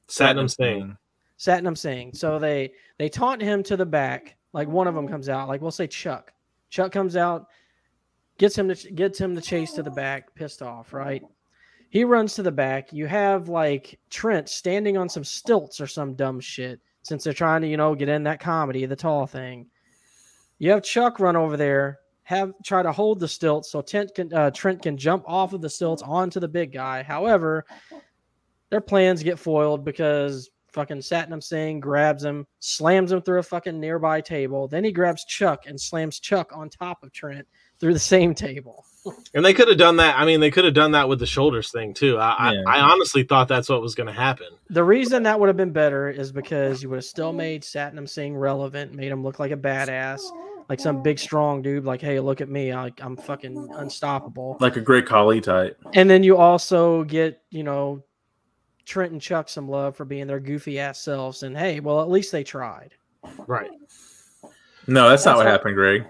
B: Satnam Singh.
A: Satnam Singh. So they they taunt him to the back. Like one of them comes out. Like we'll say Chuck. Chuck comes out, gets him to gets him to chase to the back, pissed off. Right. He runs to the back. You have like Trent standing on some stilts or some dumb shit since they're trying to you know get in that comedy, the tall thing. You have Chuck run over there. Have try to hold the stilts so Trent can uh, Trent can jump off of the stilts onto the big guy. However, their plans get foiled because fucking Satnam Singh grabs him, slams him through a fucking nearby table. Then he grabs Chuck and slams Chuck on top of Trent through the same table.
B: And they could have done that. I mean, they could have done that with the shoulders thing too. I,
C: Yeah.
B: I, I honestly thought that's what was going to happen.
A: The reason that would have been better is because you would have still made Satnam Singh relevant, made him look like a badass, like some big strong dude, like, hey, look at me, I, I'm fucking unstoppable.
C: Like a great collie type.
A: And then you also get, you know, Trent and Chuck some love for being their goofy ass selves. And hey, well, at least they tried.
B: Right.
C: No, that's, not
A: That's
C: what
A: not-
C: happened, Greg.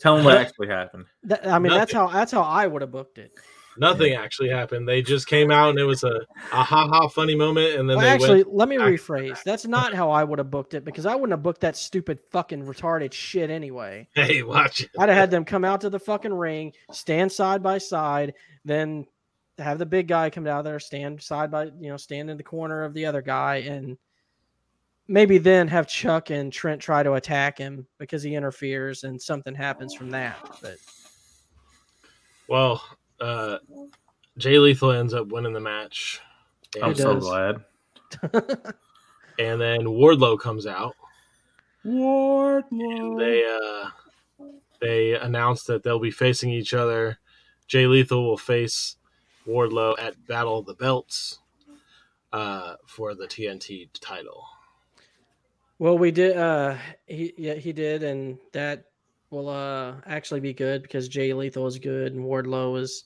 C: Tell him what actually happened.
A: That, I mean, that's how that's how I would have booked it.
B: Nothing actually happened. They just came out and it was a, a ha ha funny moment, and then
A: Well,
B: they
A: actually,
B: went.
A: let me
B: back to
A: rephrase. That's
B: <laughs>
A: not how I would have booked it because I wouldn't have booked that stupid fucking retarded shit anyway.
B: Hey, watch it.
A: I'd have had them come out to the fucking ring, stand side by side, then have the big guy come down there, stand side by, you know, stand in the corner of the other guy, and maybe then have Chuck and Trent try to attack him because he interferes and something happens from that. But
B: Well, uh, Jay Lethal ends up winning the match.
C: I'm
B: And,
C: so
A: does.
C: glad.
B: and then Wardlow comes out.
C: Wardlow.
B: They uh, they announce that they'll be facing each other. Jay Lethal will face Wardlow at Battle of the Belts uh, for the TNT title.
A: Well, we did. Uh, he yeah, he did, and that will uh actually be good because Jay Lethal is good and Wardlow is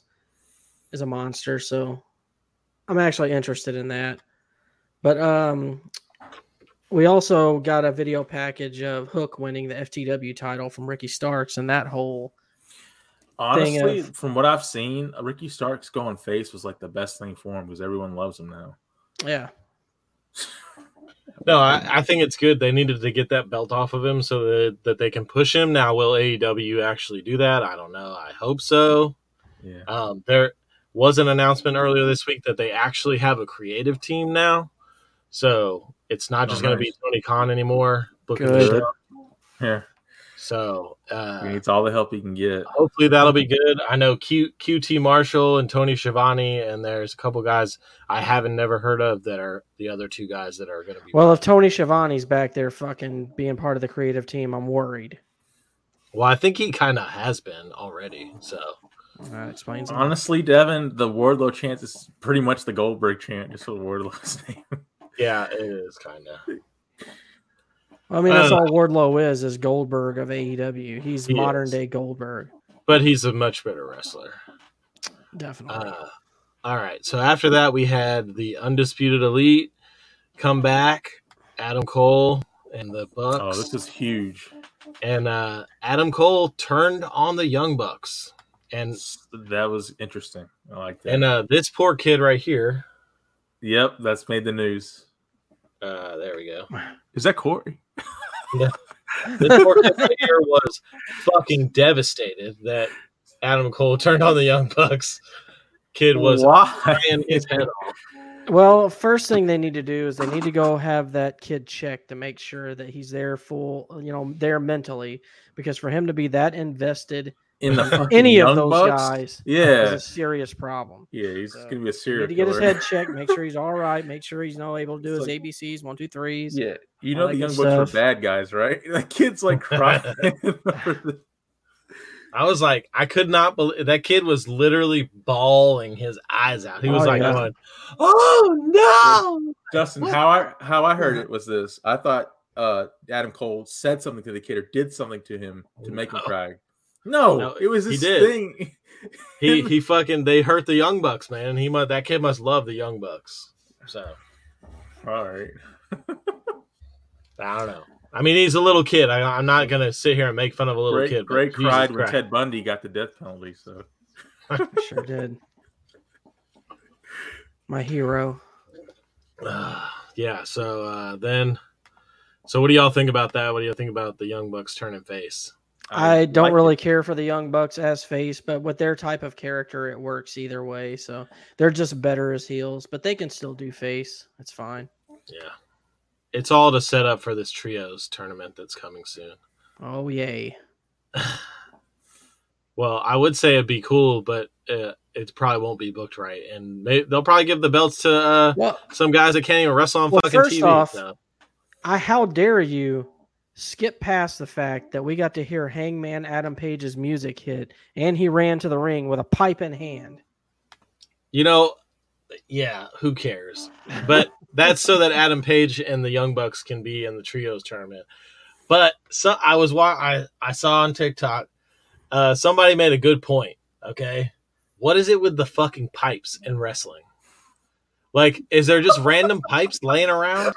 A: is a monster. So I'm actually interested in that. But um, we also got a video package of Hook winning the FTW title from Ricky Starks, and that whole
C: Honestly,
A: of-
C: from what I've seen, Ricky Stark's going face was like the best thing for him because everyone loves him now.
A: yeah.
B: No, I, I think it's good. They needed to get that belt off of him so that, that they can push him. Now, will AEW actually do that? I don't know. I hope so.
C: Yeah.
B: Um, there was an announcement earlier this week that they actually have a creative team now. So it's not
C: Oh,
B: just going to
C: nice.
B: be Tony Khan anymore. booking the
A: Good.
B: show.
C: Yeah.
B: So uh,
C: He needs all the help he can get.
B: hopefully that'll be good. I know Q, QT Marshall and Tony Schiavone, and there's a couple guys I haven't never heard of that are the other two guys that are going to be.
A: Well, if Tony Schiavone's back there fucking being part of the creative team, I'm worried.
B: well, I think he kind of has been already. So
A: That explains it.
C: Honestly, Devin, the Wardlow chant is pretty much the Goldberg chant, just with Wardlow's <laughs> name.
B: yeah, it is kind of.
A: I mean, that's
B: Uh,
A: all Wardlow is, is Goldberg of AEW. He's
B: He
A: modern
B: is.
A: day Goldberg.
B: But he's a much better wrestler.
A: Definitely.
B: Uh, all right. So after that, we had the Undisputed Elite come back, Adam Cole and the Bucks.
C: Oh, this is huge.
B: and uh, Adam Cole turned on the Young Bucks. And
C: That was interesting. I like that.
B: and uh, this poor kid right here.
C: yep, that's made the news.
B: Uh, there we go.
C: Is that Corey?
B: This poor kid right here was fucking devastated that Adam Cole turned on the Young Bucks. Kid was
C: why?
B: in his head off.
A: well, first thing they need to do is they need to go have that kid checked to make sure that he's there full, you know, there mentally, because for him to be that invested,
C: in the fucking
A: any of
C: Young
A: those
C: Bucks?
A: guys, is
C: Yeah,
A: a serious problem.
C: yeah, he's
A: So,
C: gonna be a
A: You
C: serial
A: need to get his
C: killer. <laughs>
A: head checked, make sure he's all right, make sure he's not able to do
C: It's
A: his
C: like-
A: ABCs, one, two, threes.
C: Yeah, you
A: all
C: know
A: that
C: the
A: good
C: Young Bucks were
A: stuff.
C: bad guys, right? <laughs> The kid's like crying. <laughs>
B: I was like, I could not believe that kid was literally bawling his eyes out. He was
A: Oh,
B: like,
A: yeah.
B: going, "Oh no!"
C: Justin,
A: What?
C: how I how I heard it was this: I thought uh, Adam Cole said something to the kid or did something to him to make him
B: No.
C: cry. No,
B: No,
C: it was
B: he
C: this
B: did.
C: thing. <laughs>
B: He he fucking they hurt the Young Bucks, man. He must that kid must love the Young Bucks. So
C: All right,
B: I don't know. I mean, he's a little kid. I, I'm not gonna sit here and make fun of a little
C: Great,
B: kid. but
C: Greg
B: Jesus
C: cried when
B: Christ.
C: Ted Bundy got the death penalty. So
A: Sure did. My hero.
B: Uh, yeah. So uh, then, so what do y'all think about that? What do you think about the Young Bucks turning face?
A: I, don't
C: like
A: really
C: it.
A: care for the Young Bucks as face, but with their type of character, it works either way. So they're just better as heels, but they can still do face. It's fine.
B: Yeah, it's all to set up for this trios tournament that's coming soon.
A: Oh yay!
B: Well, I would say it'd be cool, but uh, it probably won't be booked right, and they, they'll probably give the belts to uh,
A: Well,
B: some guys that can't even wrestle on
A: Well,
B: fucking
A: first
B: TV.
A: off-
B: so.
A: I how dare you skip past the fact that we got to hear Hangman Adam Page's music hit, and he ran to the ring with a pipe in hand.
B: You know, yeah, who cares? But that's so that Adam Page and the Young Bucks can be in the trios tournament. But so I was wa- I I saw on TikTok uh somebody made a good point, okay? What is it with the fucking pipes in wrestling? Like is there just random pipes laying around?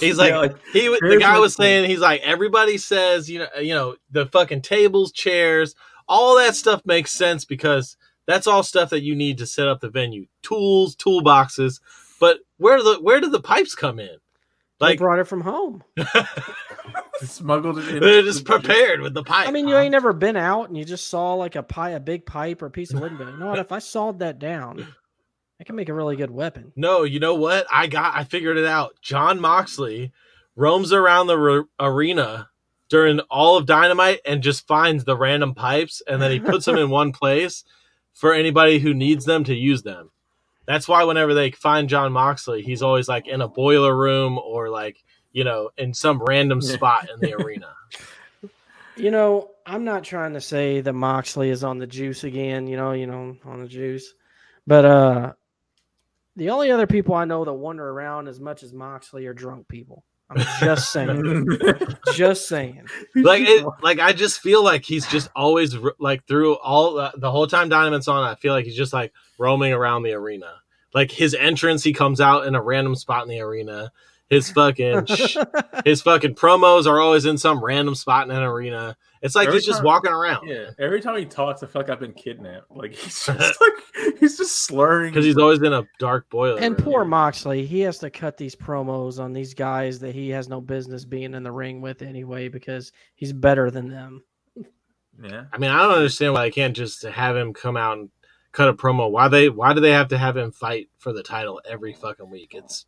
B: He's like,
C: Yeah, like,
B: he was- the
C: here's
B: guy
C: my
B: was
C: point.
B: saying he's like everybody says you know you know the fucking tables chairs all that stuff makes sense because that's all stuff that you need to set up the venue tools toolboxes but where do the where do the pipes come in
A: Like
B: like
A: brought it from home.
C: <laughs> smuggled it in.
B: they're just
C: <laughs>
B: prepared with the pipe
A: I mean, you ain't never been out and you just saw like a pie, a big pipe or a piece of wood. and go, You know what? If I sawed that down, I can make a really good weapon.
B: no you know what i got i figured it out john moxley roams around the re- arena during all of dynamite and just finds the random pipes and then he puts them in one place for anybody who needs them to use them that's why whenever they find john moxley he's always like in a boiler room or like you know in some random
C: Yeah.
B: spot in the arena
A: You know, I'm not trying to say that Moxley is on the juice again. You know, you know, on the juice. But uh the only other people I know that wander around as much as Moxley are drunk people. I'm just saying. just saying.
B: like
A: <laughs>
B: it, like I just feel like he's just always r- like through all uh, the whole time Dynamite's on. I feel like he's just like roaming around the arena. Like his entrance, he comes out in a random spot in the arena.
A: <laughs>
B: His fucking sh- his fucking promos are always in some random spot in an arena, It's like
C: Every
B: he's just
C: time-
B: walking around
C: Yeah, every time he talks, I feel like I've been kidnapped.
B: <laughs>
C: Like he's just like he's just slurring.
B: because he's always in a dark boiler.
A: And
B: room.
A: poor Moxley, he has to cut these promos on these guys that he has no business being in the ring with anyway because he's better than them.
C: yeah,
B: I mean, I don't understand why they can't just have him come out and cut a promo. Why they? Why do they have to have him fight for the title every fucking week? It's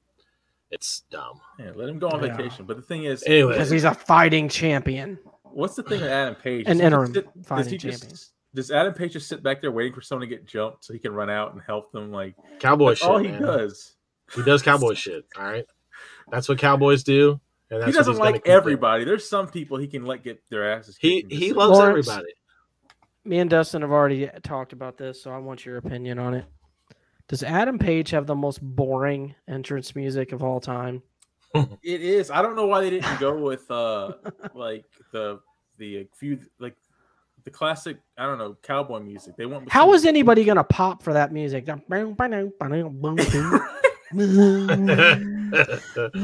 B: it's dumb.
C: yeah. Let him go on
A: Yeah.
C: vacation. But the thing is,
B: Anyway,
A: Because he's a fighting champion.
C: what's the thing with Adam Page?
A: An
C: Does he
A: interim
C: sit- does
A: fighting
C: he just-
A: champion.
C: Does Adam Page just sit back there waiting for someone to get jumped so he can run out and help them? Like
B: cowboy
C: that's
B: shit.
C: all he
B: man.
C: does.
B: He does cowboy shit. All right, that's what cowboys do. And that's
C: he
B: what
C: doesn't
B: he's gonna
C: like
B: keep doing.
C: everybody. There's some people he can let get their asses.
B: He
C: kicked and
B: he
C: just-
B: loves
A: Lawrence-
B: everybody.
A: Me and Dustin have already talked about this, so I want your opinion on it. Does Adam Page have the most boring entrance music of all time?
C: It is. I don't know why they didn't go with
A: <laughs>
C: uh like the the uh, few like the classic. I don't know cowboy music. They went. with
A: How
C: some-
A: is anybody going to pop for that music? <laughs>
B: they <laughs>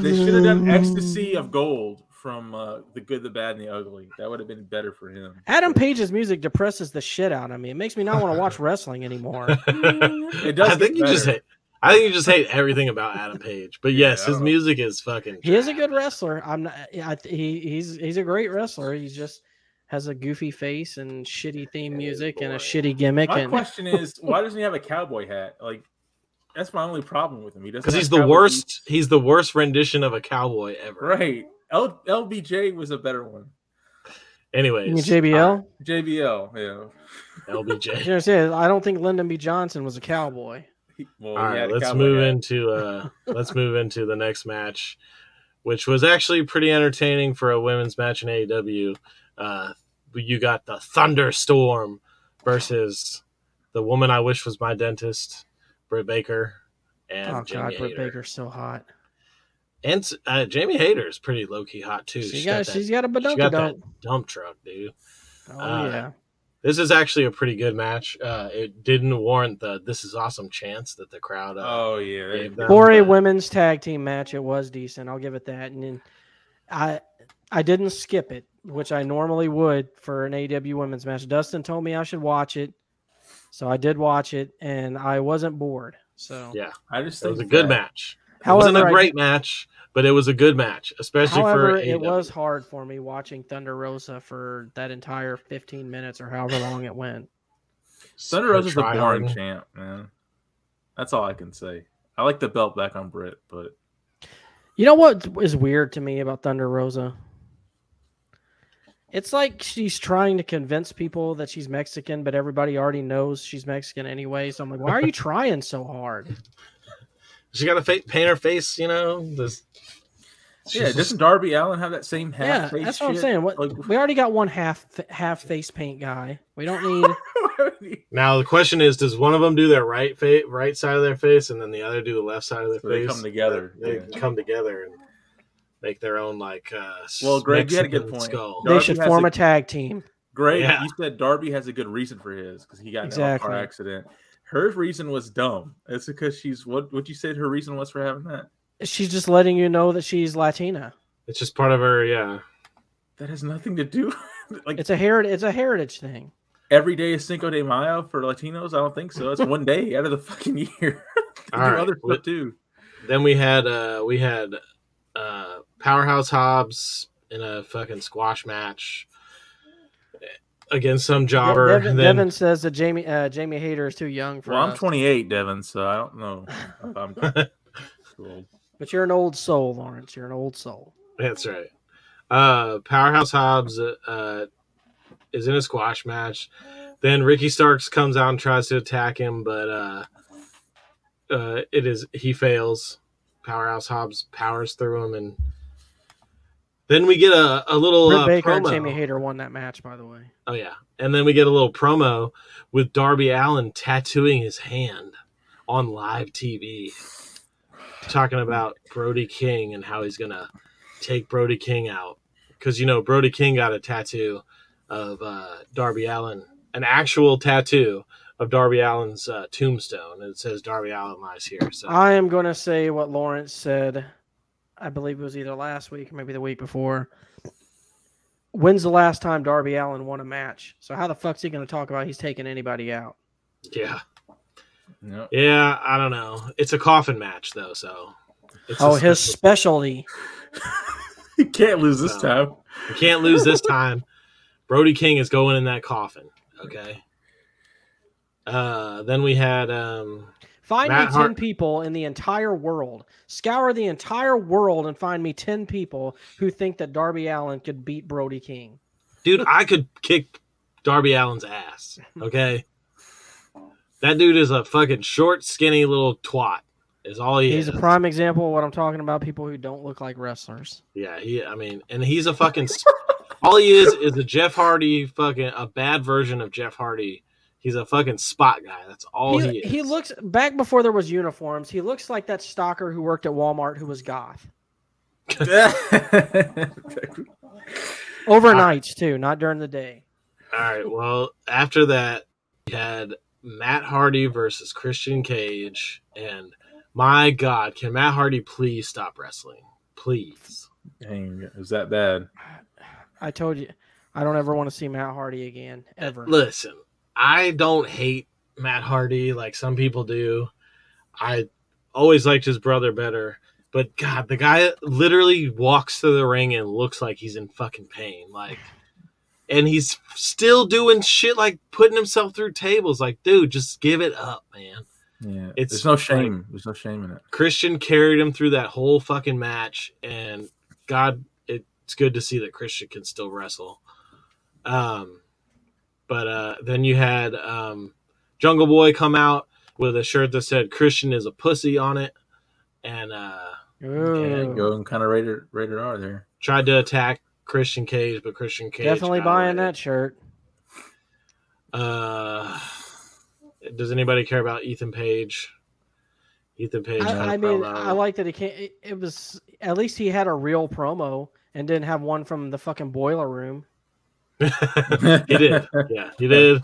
C: They should have done "Ecstasy of Gold" from uh, "The Good, the Bad, and the Ugly." That would have been better for him.
A: Adam Page's music depresses the shit out of me. It makes me not want to watch wrestling anymore.
C: It does.
B: I think you
C: get
B: just
C: better.
B: hate. I think you just hate everything about Adam Page. But
C: Yeah,
B: yes,
C: I
B: his
C: don't-
B: music is fucking.
A: He is a
B: trash.
A: good wrestler. I'm not. I, he he's he's a great wrestler. He just has a goofy face and shitty theme music and a shitty gimmick.
C: My
A: and
C: question is, why doesn't he have a cowboy hat? Like, that's my only problem with him. He doesn't.
B: because
C: have
B: he's the
C: cowboy
B: worst. He's the worst rendition of a cowboy ever.
C: boots. Right. L- LBJ was a better one.
A: you
B: Anyways,
A: mean JBL?
C: JBL. Yeah.
A: You <laughs>
B: LBJ.
A: know, what I'm saying? I don't think Lyndon B. Johnson was a cowboy.
C: He- well,
B: All
C: he
B: right,
C: had a
B: let's
C: cowboy
B: move
C: hat.
B: into
C: <laughs>
B: uh, let's move into the next match, which was actually pretty entertaining for a women's match in AEW. Uh, you got the Thunderstorm versus the woman I wish was my dentist, Britt Baker, and
A: oh
B: Jamie
A: God, Britt
B: Hayter.
A: Baker's so hot.
B: And uh, Jamie Hayter is pretty low key hot too.
A: She
B: She's
A: got,
B: got that
A: she's got a
B: she got
A: badunkadunk.
B: dump truck, dude.
A: Oh
B: uh,
A: yeah,
B: This is actually a pretty good match. Uh, it didn't warrant the "This is awesome" chance that the crowd. Uh,
C: Oh yeah. there you
B: gave
C: go.
B: them,
A: for a
B: but-
A: women's tag team match, it was decent. I'll give it that. And then I I didn't skip it, which I normally would for an AEW women's match. Dustin told me I should watch it, so I did watch it, and I wasn't bored. So
B: Yeah.
C: I just
B: It
C: think
B: was a good
C: that-
B: match. it
A: However,
B: wasn't
A: I
B: a great match, but it was a good match, especially
A: however,
B: for E uh,
A: it
B: AEW.
A: was hard for me watching Thunder Rosa for that entire 15 minutes or however long it went.
C: Thunder Rosa's a
B: Try
C: boring
B: hard.
C: champ, man. That's all I can say. I like the belt back on Britt, but
A: You know what is weird to me about Thunder Rosa? It's like she's trying to convince people that she's Mexican, but everybody already knows she's Mexican anyway. So I'm like,
C: <laughs>
A: why are you trying so hard?
B: She got to fa- paint her face, you know. This,
C: yeah,
B: she's
C: doesn't Darby Allen have that same half?
A: yeah,
C: face
A: that's what I'm
C: shit? <laughs>
A: saying. What
C: Like-
A: we already got one half half face paint guy. We don't
C: <laughs>
A: need.
B: now the question is, does one of them do their right fa- right side of their face, and then the other do the left side of their
C: So they
B: face?
C: come together,
B: They
C: yeah.
B: come together and make their own like. Uh,
C: Well, Greg, you had a
B: Mexican
C: good point.
B: Skull.
A: they
C: Darby
A: should
C: has
A: form
C: a-
A: a tag team.
C: Great.
B: Yeah.
C: You said Darby has a good reason for his because he got in
A: Exactly.
C: a car accident. Her reason was dumb. It's because she's what? What you said her reason was for having that?
A: She's just letting you know that she's Latina.
B: It's just part of her. Yeah,
C: That has nothing to do. <laughs> like
A: It's a heri- It's a heritage thing.
C: every day is Cinco de Mayo for Latinos. I don't think so. It's one day out of the fucking <laughs> year. they do
B: All right.
C: other stuff too.
B: Then we had uh we had uh Powerhouse Hobbs in a fucking squash match against some jobber.
A: Yeah, Devin,
B: and then
A: Devin says that Jamie uh, Jamie Hader is too young for
C: Well, I'm
A: us.
C: 28, Devin, so I don't know.
B: <laughs>
C: If I'm too old.
A: But you're an old soul, Lawrence. You're an old soul.
B: that's right. Uh Powerhouse Hobbs uh is in a squash match. Then Ricky Starks comes out and tries to attack him, but uh uh it is he fails. Powerhouse Hobbs powers through him and then we get a, a little
A: Britt
B: uh,
A: Baker and
B: promo.
A: Jamie Hader won that match, by the way.
B: Oh yeah, and then we get a little promo with Darby Allen tattooing his hand on live TV, talking about Brody King and how he's gonna take Brody King out because you know Brody King got a tattoo of uh, Darby Allen, an actual tattoo of Darby Allen's uh, tombstone, and it says Darby Allen lies here. So
A: I am going to say what Lawrence said. I believe it was either last week or maybe the week before. when's the last time Darby Allen won a match? So how the fuck's he going to talk about he's taking anybody out?
B: Yeah. Yep. Yeah, I don't know. It's a coffin match though, so. It's
A: oh, his specialty.
C: <laughs> you can't lose
B: No.
C: this
B: <laughs>
C: time. <laughs>
B: You can't lose this time. Brody King is going in that coffin. Okay. Uh, then we had um,
A: Find
B: Matt
A: me 10
B: Hart-
A: people in the entire world. Scour the entire world and find me 10 people who think that Darby Allen could beat Brody King.
B: dude, I could kick Darby Allen's ass. Okay. That dude is a fucking short, skinny little twat. Is all he
A: He's
B: is.
A: a prime example of what I'm talking about people who don't look like wrestlers.
B: yeah, he. I mean, and he's a fucking. s- all he is is a Jeff Hardy fucking a bad version of Jeff Hardy. He's a fucking spot guy. That's all he,
A: he,
B: is.
A: he looks back before there was uniforms, he looks like that stalker who worked at Walmart who was goth. Overnights too, not during the day.
B: All right. Well, after that, we had Matt Hardy versus Christian Cage, and my God, can Matt Hardy please stop wrestling? Please.
C: Dang, is that bad?
A: I told you I don't ever want to see Matt Hardy again ever.
B: Listen, I don't hate Matt Hardy like some people do. I always liked his brother better, but God, the guy literally walks to the ring and looks like he's in fucking pain. Like, and he's still doing shit like putting himself through tables. Like, dude, just give it up, man.
C: Yeah,
B: It's
C: there's no shame. there's no shame in it.
B: Christian carried him through that whole fucking match, and God, it's good to see that Christian can still wrestle. Um, but uh, then you had um, Jungle Boy come out with a shirt that said "Christian is a pussy" on it, and uh,
A: Ooh.
C: Go and kind of rated rated
B: <laughs>
C: R there.
B: tried to attack Christian Cage, but Christian Cage
A: Definitely
B: got
A: buying
B: away.
A: that shirt.
B: Uh, does anybody care about Ethan Page? Ethan Page. had a
A: I, I mean,
B: promo.
A: I like that he can't. It, it was at least he had a real promo and didn't have one from the fucking boiler room.
B: <laughs> he did. Yeah, he did.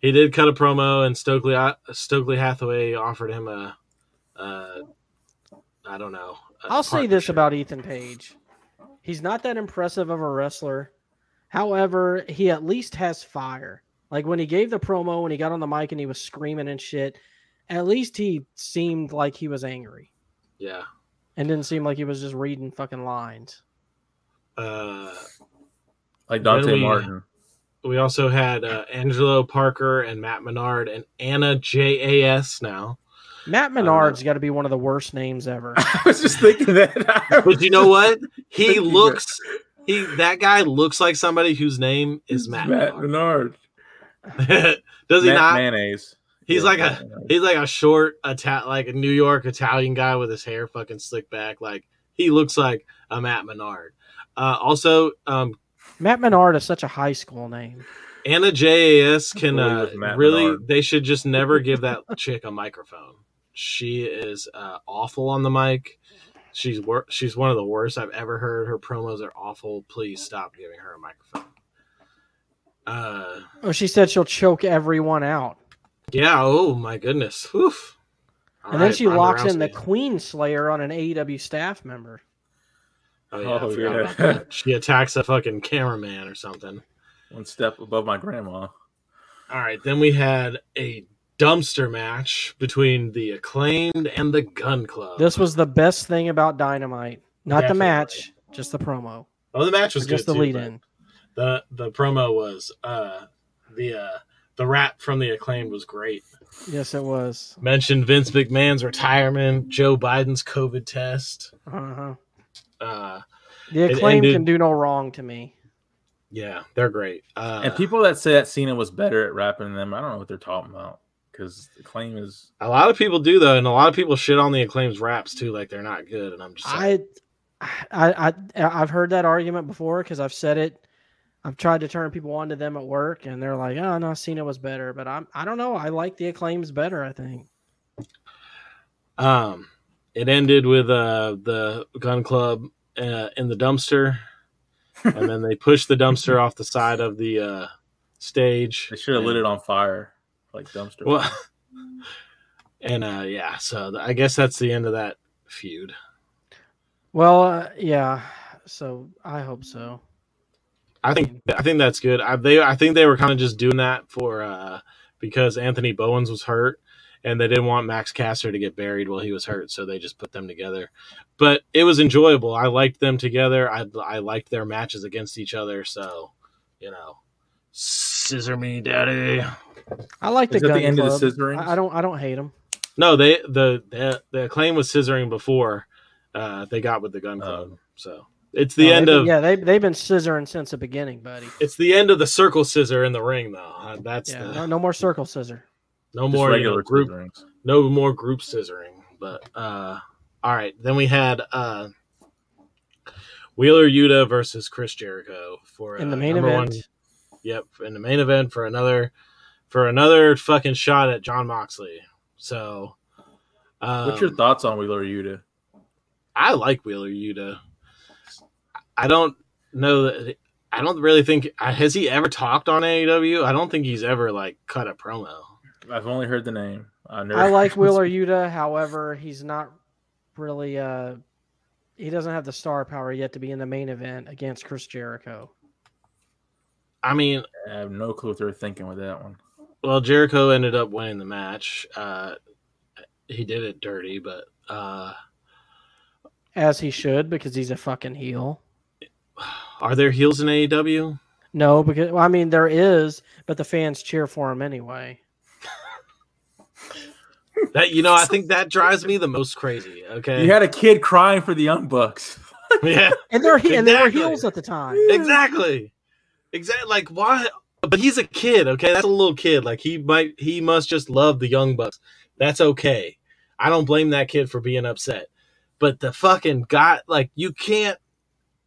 B: He did cut a promo, and Stokely uh, Stokely Hathaway offered him a, uh, I don't know. i
A: I'll say this about Ethan Page: he's not that impressive of a wrestler. However, he at least has fire. Like when he gave the promo, when he got on the mic and he was screaming and shit, at least he seemed like he was angry
B: Yeah.
A: and didn't seem like he was just reading fucking lines.
B: Uh,
C: <laughs> Like Dante
B: we- <laughs>
C: Martin.
B: we also had uh, Angelo Parker and Matt Menard and Anna J A S
C: <laughs>
B: now.
A: Matt Menard's got to be one of the worst names ever.
C: I was just thinking that. <laughs> I was
B: But you know what?
C: just-
B: He
C: Thank you,
B: looks. He that guy looks like somebody whose name is Matt.
C: Matt
B: Menard.
C: Menard.
B: <laughs> Does he
C: Matt
B: not?
C: Mayonnaise.
B: He's
C: Yeah,
B: like
C: Matt
B: a
C: Mayonnaise.
B: He's like a short Ita- like a New York Italian guy with his hair fucking slicked back. Like he looks like a Matt Menard. Uh, also, um,
A: Matt Menard is such a high school name.
B: Anna JAS can
C: Believe
B: uh,
C: it's Matt
B: really.
C: Menard.
B: They should just
C: <laughs>
B: never give that chick a microphone. She is uh, awful on the mic. She's wor- she's one of the worst I've ever heard. Her promos are awful. Please stop giving her a microphone. Uh,
A: Oh, she said she'll choke everyone out.
B: yeah. Oh my goodness. Oof. All
A: and then
B: right,
A: she
B: Ronda
A: locks in the
B: Rousey.
A: Queen Slayer on an AEW staff member.
B: Oh yeah,
C: Oh,
B: I forgot
C: yeah.
B: about that. <laughs> she attacks a fucking cameraman or something.
C: one step above my grandma.
B: All right, then we had a dumpster match between the acclaimed and the Gun Club.
A: This was the best thing about Dynamite. Not the
B: Definitely.
A: match, just the promo.
B: oh, the match was
A: just the
B: good too,
A: lead
B: but
A: in.
B: The the promo was uh the uh the rap from the acclaimed was great.
A: Yes, it was.
B: Mentioned Vince McMahon's retirement, Joe Biden's COVID test.
A: Uh-huh.
B: Uh,
A: The
B: It
A: acclaim
B: ended-
A: can do no wrong to me.
B: yeah, they're great. Uh,
C: and people that say that Cena was better at rapping than them, I don't know what they're talking about because the claim is
B: a lot of people do though, and a lot of people shit on the acclaim's raps too, like they're not good. And I'm just like,
A: I, I, I, I've heard that argument before because I've said it. I've tried to turn people on to them at work, and they're like, "Oh no, Cena was better," but I'm, I don't know. I like the acclaims better. I think.
B: Um, it ended with uh, the gun club uh, in the
C: <laughs>
B: dumpster, and then they pushed the dumpster off the side of the uh, stage.
C: they should have lit it on fire, like
B: <laughs>
C: dumpster.
B: Well, and uh, yeah, so th- I guess that's the end of that feud.
A: Well, uh, yeah. So I hope so.
B: I think I think that's good. I, they I think they were kind of just doing that for uh, because Anthony Bowens was hurt, and they didn't want Max Caster to get buried while he was hurt, so they just put them together. But it was enjoyable. I liked them together. I I liked their matches against each other. So, you know, scissor me, daddy.
A: I like the
C: Is that
A: gun
C: the end of the
A: club.
C: scissoring?
A: I I don't. I don't hate them.
B: No, they the the, the claim was scissoring before uh, they got with the gun club.
C: Um,
B: so it's the end of
A: yeah. Oh, They they've been scissoring since the beginning, buddy.
B: it's the end of the circle scissor in the ring though. Uh, That's
A: Yeah.
B: the,
A: No,
B: no,
A: no more circle scissor.
C: Just
B: more you know,
C: regular
B: group
C: scissorings.
B: no more group scissoring. But uh, all right, then we had uh, Wheeler Yuta versus Chris Jericho for
A: In the
B: uh,
A: main
B: number
A: event,
B: one- yep, in the main event for another for another fucking shot at John Moxley. So, um,
C: What's your thoughts on Wheeler Yuta?
B: I like Wheeler Yuta. I don't know that I don't really think uh, has he ever talked on AEW. I don't think he's ever like cut a promo.
C: I've only heard the name. I, never
A: I
C: <laughs>
A: like Wheeler Yuta. However, he's not really. Uh, he doesn't have the star power yet to be in the main event against Chris Jericho.
B: I mean,
C: I have no clue what they're thinking with that one.
B: well, Jericho ended up winning the match. Uh, he did it dirty, but uh, <sighs>
A: As he should, because he's a fucking heel.
B: are there heels in E AEW?
A: No, because well, I mean there is, but the fans cheer for him anyway.
B: That you know, I think that drives me the most crazy. Okay,
C: You had a kid crying for the Young Bucks.
B: <laughs>
C: <laughs>
B: yeah.
A: And they're he- and they were
B: Exactly.
A: heels at the time.
B: exactly exactly like why but he's a kid okay that's a little kid like he might he must just love the young bucks that's okay i don't blame that kid for being upset but the fucking guy like you can't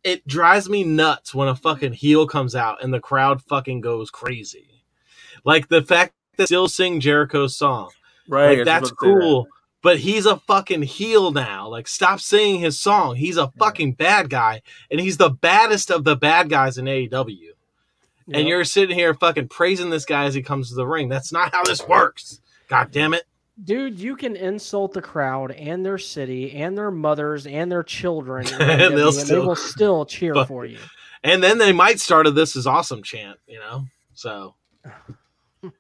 B: it drives me nuts when a fucking heel comes out and the crowd fucking goes crazy like the fact that they still sing jericho's song
C: Right.
B: like,
C: I was
B: that's
C: just about to say that.
B: cool. But he's a fucking heel now. Like, stop singing his song. He's a fucking bad guy, and he's the baddest of the bad guys in AEW. And
A: Yep.
B: you're sitting here fucking praising this guy as he comes to the ring. That's not how this works. God damn it.
A: Dude, you can insult the crowd and their city and their mothers and their
B: <laughs>
A: children, in
B: And
A: WWE, E,
B: they'll
A: and they
B: still-
A: will still cheer
B: Fuck.
A: for you.
B: And then they might start a "This Is Awesome" chant, you know.
C: <laughs>
B: So,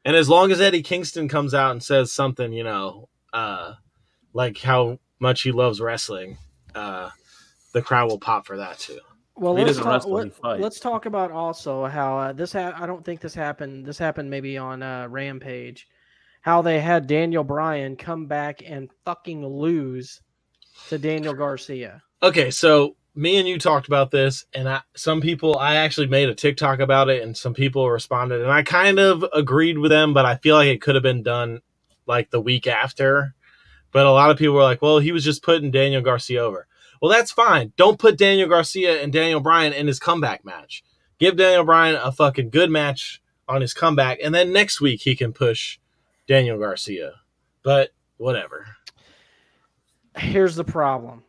B: and as long as Eddie Kingston comes out and says something, you know, uh, like how much he loves wrestling, uh, the crowd will pop for that too.
A: Well,
C: He
A: let's
C: doesn't
A: talk,
C: wrestle,
A: let,
C: he fights.
A: us talk about also how uh, this. Ha- I don't think this happened. This happened maybe on uh, Rampage, how they had Daniel Bryan come back and fucking lose to Daniel Garcia.
B: Okay, so me and you talked about this, and I, some people, I actually made a TikTok about it, and some people responded, and I kind of agreed with them, but I feel like it could have been done like the week after. But a lot of people were like, well, he was just putting Daniel Garcia over. Well, that's fine. Don't put Daniel Garcia and Daniel Bryan in his comeback match. Give Daniel Bryan a fucking good match on his comeback, and then next week he can push Daniel Garcia. But whatever.
A: Here's the problem.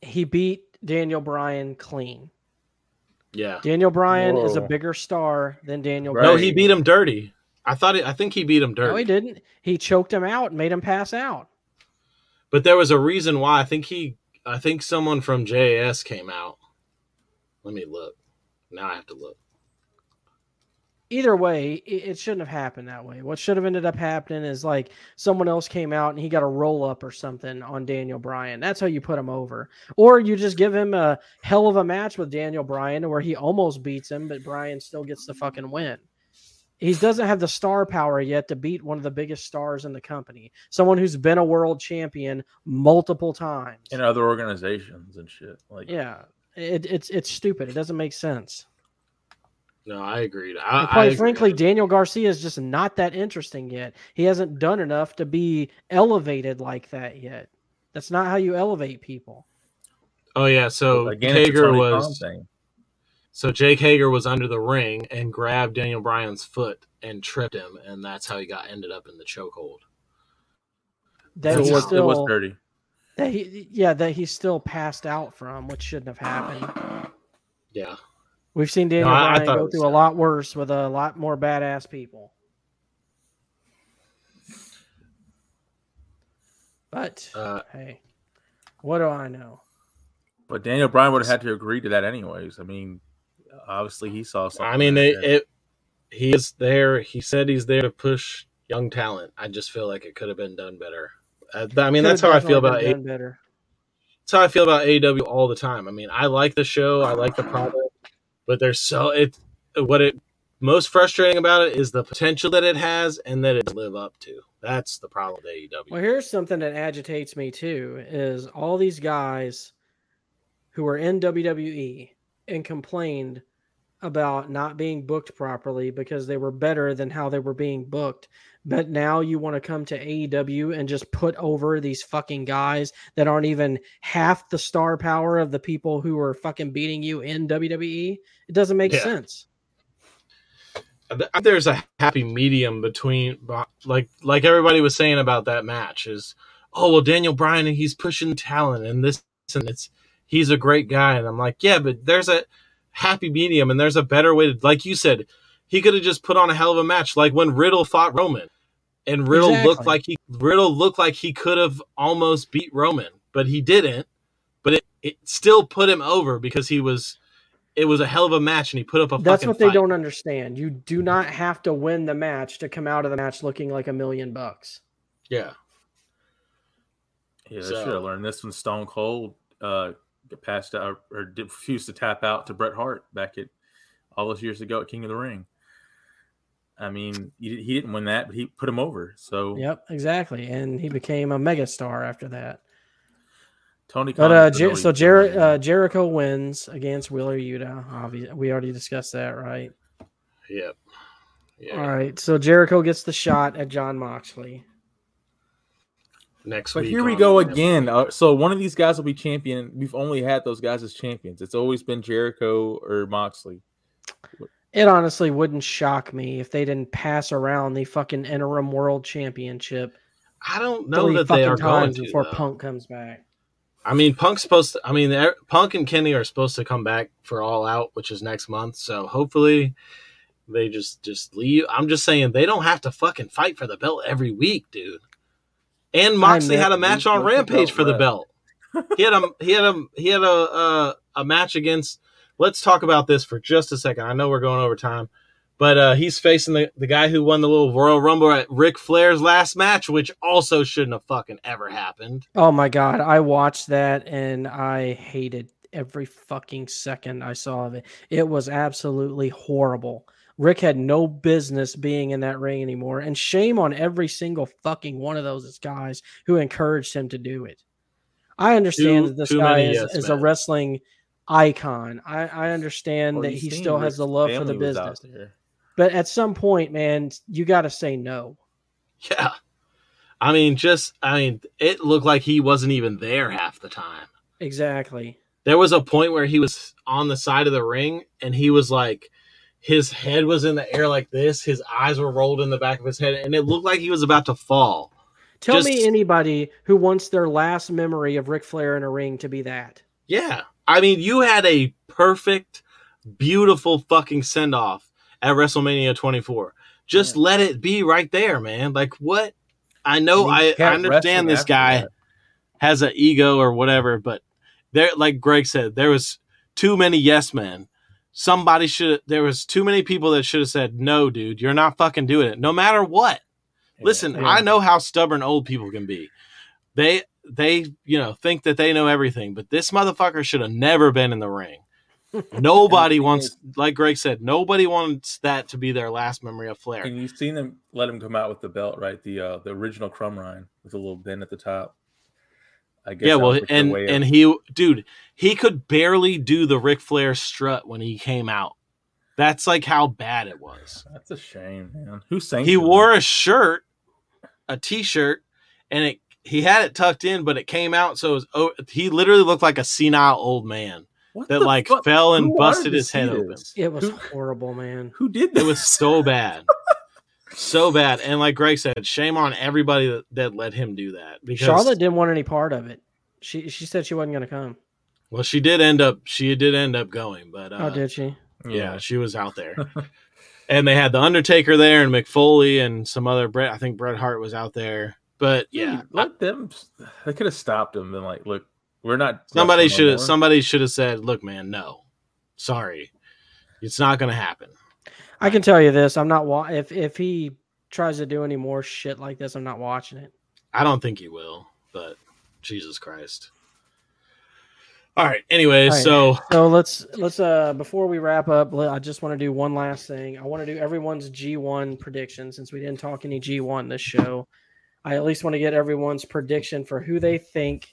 A: He beat Daniel Bryan clean.
B: Yeah.
A: Daniel Bryan is a
C: Whoa.
A: bigger star than Daniel.
C: Right.
B: No,
A: Bryan.
B: he beat him dirty. I thought it, I think he beat him dirty.
A: No, he didn't. He choked him out and made him pass out.
B: But there was a reason why. I think he, I think someone from JAS came out. Let me look. Now I have to look.
A: Either way, i- it shouldn't have happened that way. What should have ended up happening is like someone else came out and he got a roll up or something on Daniel Bryan. That's how you put him over. Or you just give him a hell of a match with Daniel Bryan where he almost beats him, but Bryan still gets the fucking win. He doesn't have the star power yet to beat one of the biggest stars in the company, someone who's been a world champion multiple times.
C: In other organizations and shit. Like,
A: Yeah, it, it's it's stupid. It doesn't make sense.
B: No, I agreed. I,
A: And
B: I
A: quite
B: agree.
A: frankly, Daniel Garcia is just not that interesting yet. He hasn't done enough to be elevated like that yet. That's not how you elevate people.
B: Oh yeah. So
C: again, it's a
B: Hager
C: Tony Khan
B: was.
C: thing.
B: So Jake Hager was under the ring and grabbed Daniel Bryan's foot and tripped him, and that's how he got ended up in the chokehold.
A: That
C: So it
A: he's
C: was, it
A: still,
C: was dirty.
A: that he, yeah, that he's still passed out from, which shouldn't have happened.
B: Yeah.
A: We've seen Daniel
B: I- I
A: Bryan
B: thought it
A: go
B: was-
A: through a lot worse with a lot more badass people. But
B: Uh,
A: hey, what do I know?
C: But Daniel Bryan would have had to agree to that anyways. I mean, obviously he saw something.
B: I mean, they
C: there.
B: it, he is there. He said he's there to push young talent. I just feel like it could have been done better. Uh, th- I mean, that's how I feel about a-
A: it. Better.
B: that's how I feel about AEW all the time. I mean, I like the show, I like the product, but there's so it what it most frustrating about it is the potential that it has and that it doesn't live up to. That's the problem with E AEW.
A: Well, here's something that agitates me too: is all these guys who were in WWE and complained about not being booked properly because they were better than how they were being booked. But now you want to come to AEW and just put over these fucking guys that aren't even half the star power of the people who are fucking beating you in WWE. It doesn't make
B: Yeah.
A: sense.
B: I think there's a happy medium between like like everybody was saying about that match is oh well Daniel Bryan he's pushing talent and this and it's he's a great guy and I'm like yeah but there's a happy medium and there's a better way to like you said he could have just put on a hell of a match like when Riddle fought Roman and Riddle
A: Exactly.
B: looked like he Riddle looked like he could have almost beat Roman but he didn't but it, it still put him over because he was it was a hell of a match and he put up a
A: That's
B: fucking
A: what they
B: fight.
A: don't understand. You do not have to win the match to come out of the match looking like a million bucks.
B: yeah
C: Yeah, they
B: So-
C: should have learned this when Stone Cold uh, passed out or did, refused to tap out to Bret Hart back at all those years ago at King of the Ring. I mean, he, he didn't win that, but he put him over. So
A: Yep, exactly. And he became a megastar after that.
C: Tony.
A: But
C: Khan
A: uh,
C: doesn't
A: Jer-
C: know
A: so
C: he's
A: Jer-
C: winning.
A: uh, Jericho wins against Wheeler Yuta. Obviously, we already discussed that, right?
B: Yep. Yeah.
A: All right. So Jericho gets the shot at John Moxley.
B: Next
C: but
B: week.
C: here we
B: on-
C: go again. Uh, so one of these guys will be champion. We've only had those guys as champions. It's always been Jericho or Moxley.
A: It honestly wouldn't shock me if they didn't pass around the fucking interim world championship
B: I don't know
A: three
B: that they
A: fucking
B: are going
A: times
B: to.
A: before
B: though.
A: Punk comes back.
B: I mean, Punk's supposed to. I mean, they're- Punk and Kenny are supposed to come back for All Out, which is next month. So hopefully, they just just leave. I'm just saying they don't have to fucking fight for the belt every week, dude. And Moxley
A: not-
B: had a match on
C: What's the
B: Rampage
C: belt
B: for the
C: left?
B: belt. He had a he had a he had a uh, a match against. Let's talk about this for just a second. I know we're going over time, but uh, he's facing the, the guy who won the little Royal Rumble at Ric Flair's last match, which also shouldn't have fucking ever happened.
A: Oh my god, I watched that and I hated every fucking second I saw of it. It was absolutely horrible. Rick had no business being in that ring anymore, and shame on every single fucking one of those guys who encouraged him to do it. I understand
B: Too-
A: that this
B: too
A: guy
B: many
A: is,
B: yes
A: is a
B: men.
A: wrestling icon. I, I understand
C: Well,
A: that
C: you've
A: he
C: seen
A: still has
C: Rick's
A: the love for the
C: family was out
A: business.
C: there.
A: But at some point, man, you got to say no.
B: <laughs> Yeah. I mean, just, I mean, it looked like he wasn't even there half the time.
A: Exactly.
B: There was a point where he was on the side of the ring and he was like, his head was in the air like this. His eyes were rolled in the back of his head and it looked like he was about to fall.
A: Tell me
B: Just-
A: anybody who wants their last memory of Ric Flair in a ring to be that.
B: Yeah. I mean, you had a perfect, beautiful fucking send off at WrestleMania 24. Just
C: Yeah.
B: let it be right there, man. Like, what? I know
C: And he
B: I, I
C: kept wrestling
B: understand this
C: after
B: guy.
C: that.
B: has an ego or whatever, but there, like Greg said, there was too many yes men. Somebody should. There was too many people that should have said, "No, dude, you're not fucking doing it, no matter what." Listen,
C: Yeah.
B: I know how stubborn old people can be. They, they, you know, think that they know everything, but this motherfucker should have never been in the
C: <laughs>
B: ring. Nobody
C: And the thing
B: wants,
C: is-
B: like Greg said, nobody wants that to be their last memory of Flair.
C: And you've seen them let him come out with the belt, right? The uh, the original crumb line with a little bend at the top. I guess
B: Yeah,
C: that
B: well,
C: was their
B: and
C: way of-
B: and he, dude, he could barely do the Ric Flair strut when he came out. That's like how bad it was.
C: that's a shame, man. Who sang?
B: He wore a shirt, a t-shirt, and it he had it tucked in, but it came out, so it was. Oh, he literally looked like a senile old man
C: What
B: that
C: the
B: like
C: fuck?
B: fell and
C: Who wanted
B: busted
C: to
B: his
C: see
B: head
C: this?
B: open.
A: It was
C: Who-
A: horrible, man.
C: Who did
B: It
C: this?
B: was
C: <laughs>
B: so bad. So bad, and like Greg said, shame on everybody that, that let him do that. Because
A: Charlotte didn't want any part of it. She she said she wasn't going to come.
B: well, she did end up, she did end up going, but uh,
A: oh, did she?
B: Yeah, she was out
C: <laughs>
B: there. and they had the Undertaker there and McFoley and some other Bret. I think Bret Hart was out there. But yeah,
C: Dude, let them. They could have stopped him. Been like, look, we're not.
B: somebody
C: wrestling no
B: should have
C: more.
B: somebody should have said, "Look, man, no, sorry." It's not going to happen.
A: I can tell you this: I'm not wa- if if he tries to do any more shit like this, I'm not watching it.
B: I don't think he will, but Jesus Christ. All right. Anyways,
A: All right.
B: so
A: So let's let's uh before we wrap up, le- I just want to do one last thing. I want to do everyone's G1 prediction since we didn't talk any G1 this show. I at least want to get everyone's prediction for who they think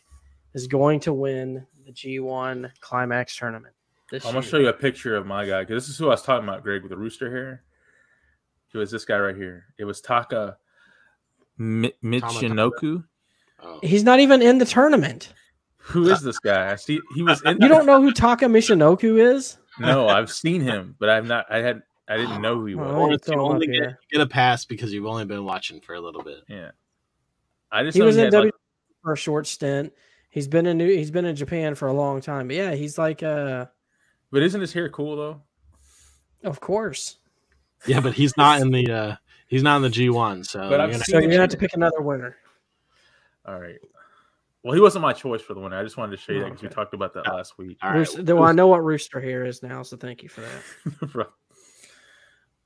A: is going to win the G1 Climax tournament. This
C: I'm gonna
A: year.
C: show you a picture of my guy because this is who I was talking about, Greg, with the rooster hair. It was this guy right here. It was Taka Mi- Michinoku.
B: oh,
A: He's not even in the tournament.
C: Who is this guy? I see he was in.
A: You don't know who Taka Michinoku is?
C: No, I've seen him, but I've not. I had. I didn't know who he was.
A: Oh. I'll
B: Lawrence, you
A: throw him
B: only
A: up
B: get,
A: here.
B: you get a pass because you've only been watching for a little bit.
C: Yeah. I just
A: He
C: know
A: was in
C: had, like,
A: W for a short stint. He's been in New, he's been in Japan for a long time. But yeah, he's like uh
C: but isn't his hair cool though?
A: of course.
B: Yeah, but he's not in the uh he's not in the G one. So
C: But I've
B: you're not-
A: So you're gonna have to pick another winner.
C: All right. Well, he wasn't my choice for the winner. I just wanted to show you that because we
A: Oh, Okay.
C: talked about that last week. <laughs>
B: all right.
A: Rooster, though I know what Rooster here is now, so thank you for that.
C: Right.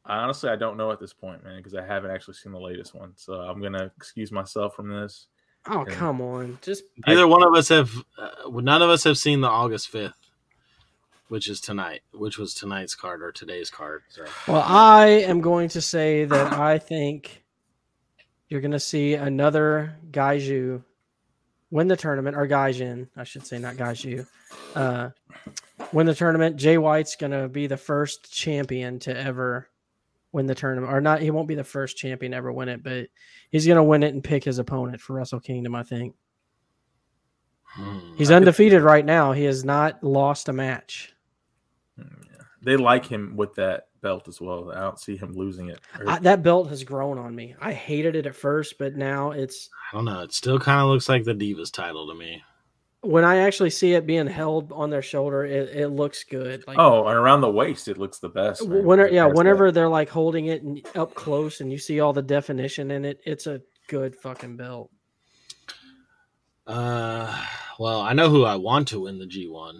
C: I honestly I don't know at this point, man, because I haven't actually seen the latest one. So I'm gonna excuse myself from this.
A: Oh
C: Yeah.
A: come on, just
B: Neither one of us have uh, none of us have seen the August fifth, which is tonight, which was tonight's card or today's card. So
A: well, I am going to say that I think you're gonna see another Gaiju win the tournament or Gaijin, I should say, not Gaiju. Uh, win the tournament. Jay White's gonna be the first champion to ever win the tournament, or not? He won't be the first champion to ever win it, but he's gonna win it and pick his opponent for Wrestle Kingdom. I think
B: hmm.
A: he's undefeated right now. He has not lost a match.
C: Hmm, They like him with that belt as well. I don't see him losing it. Or-
A: I, that belt has grown on me. I hated it at first, but now it's
B: I don't know. It still kind of looks like the Divas title to me.
A: when I actually see it being held on their shoulder, it, it looks good. Like
C: oh, and around the waist, it looks the best. man.
A: whenever
C: It
A: yeah,
C: has that-
A: whenever they're like holding it and up close, and you see all the definition in it, it's a good fucking belt.
B: Uh, well, I know who I want to win the G one.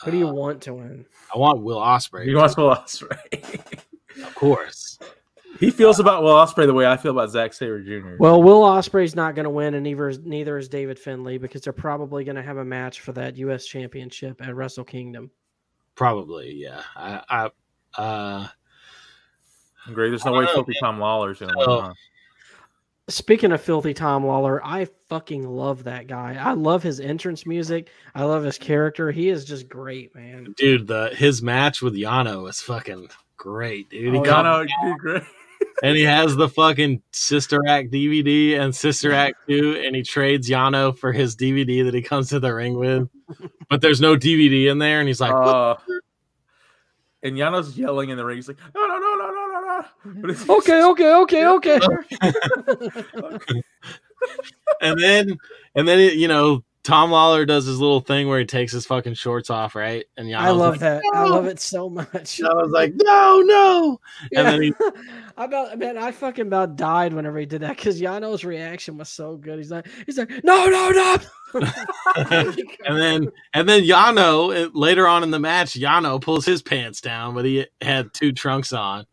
B: Uh,
A: Who do you
C: Uh,
A: want to win?
B: I want Will Osprey,
C: you want Will Osprey.
B: of course.
C: <laughs> he feels about Will Osprey the way I feel about Zack Saber Jr.
A: Well, Will Osprey's not going to win, and neither is, neither is David Finley because they're probably going to have a match for that U.S. Championship at Wrestle Kingdom.
B: Probably, yeah. I, I, uh,
C: Great. There's no
B: I
C: way
B: don't know,
C: Filthy Tom Lawler's gonna
B: So-
C: win. Huh?
A: Speaking of filthy Tom Lawler, I fucking love that guy. I love his entrance music. I love his character. He is just great, man.
B: dude, the his match with Yano was fucking great, dude. He
A: Oh,
B: comes-
C: Yano did <laughs> great.
B: and he has the fucking Sister Act DVD and Sister Act 2, and he trades Yano for his DVD that he comes to the ring with. But there's no DVD in there, and he's like, "What?"
C: Uh, and Yano's yelling in the ring. He's like, no, no, no, no, no, no, no. But it's-
A: <laughs> Okay, okay, okay, okay.
B: and then and then it, you know Tom Lawler does his little thing where he takes his fucking shorts off, right? And Yano's
A: I love
B: like,
A: that. I love it so much.
B: I was like, no, no. And then he
A: <laughs> I about man, I fucking about died whenever he did that because Yano's reaction was so good. He's like, he's like, no, no, no. <laughs>
B: <laughs> and then and then Yano uh, later on in the match, Yano pulls his pants down, but he had two trunks on.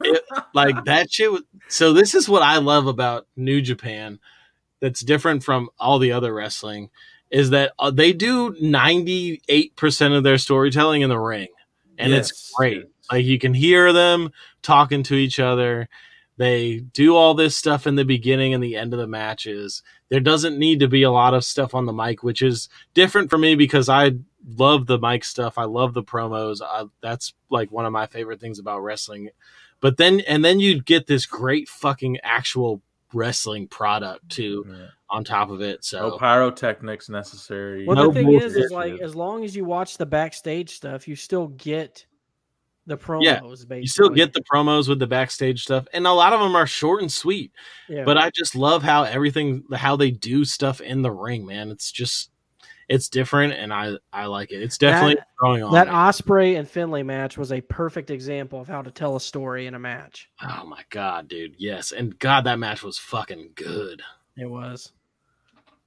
B: It, like that shit. Was, so this is what I love about New Japan. That's different from all the other wrestling is that uh, they do ninety eight percent of their storytelling in the ring, and it's
C: Yes.
B: great. Like you can hear them talking to each other. They do all this stuff in the beginning and the end of the matches. There doesn't need to be a lot of stuff on the mic, which is different for me because I love the mic stuff. I love the promos. I, that's like one of my favorite things about wrestling. But then, and then you get this great fucking actual wrestling product too
C: Yeah.
B: on top of it. So
C: No pyrotechnics necessary.
A: Well,
B: No
A: the thing is, is
B: bullshit.
A: like as long as you watch the backstage stuff, you still get the promos.
B: Yeah,
A: basically,
B: you still get the promos with the backstage stuff, and a lot of them are short and sweet.
A: Yeah.
B: But I just love how everything, how they do stuff in the ring, man. It's just, it's different, and I, I like it. It's definitely growing on.
A: that
B: me.
A: Osprey and Finley match was a perfect example of how to tell a story in a match.
B: oh my god, dude, yes, and God, that match was fucking good.
A: It was.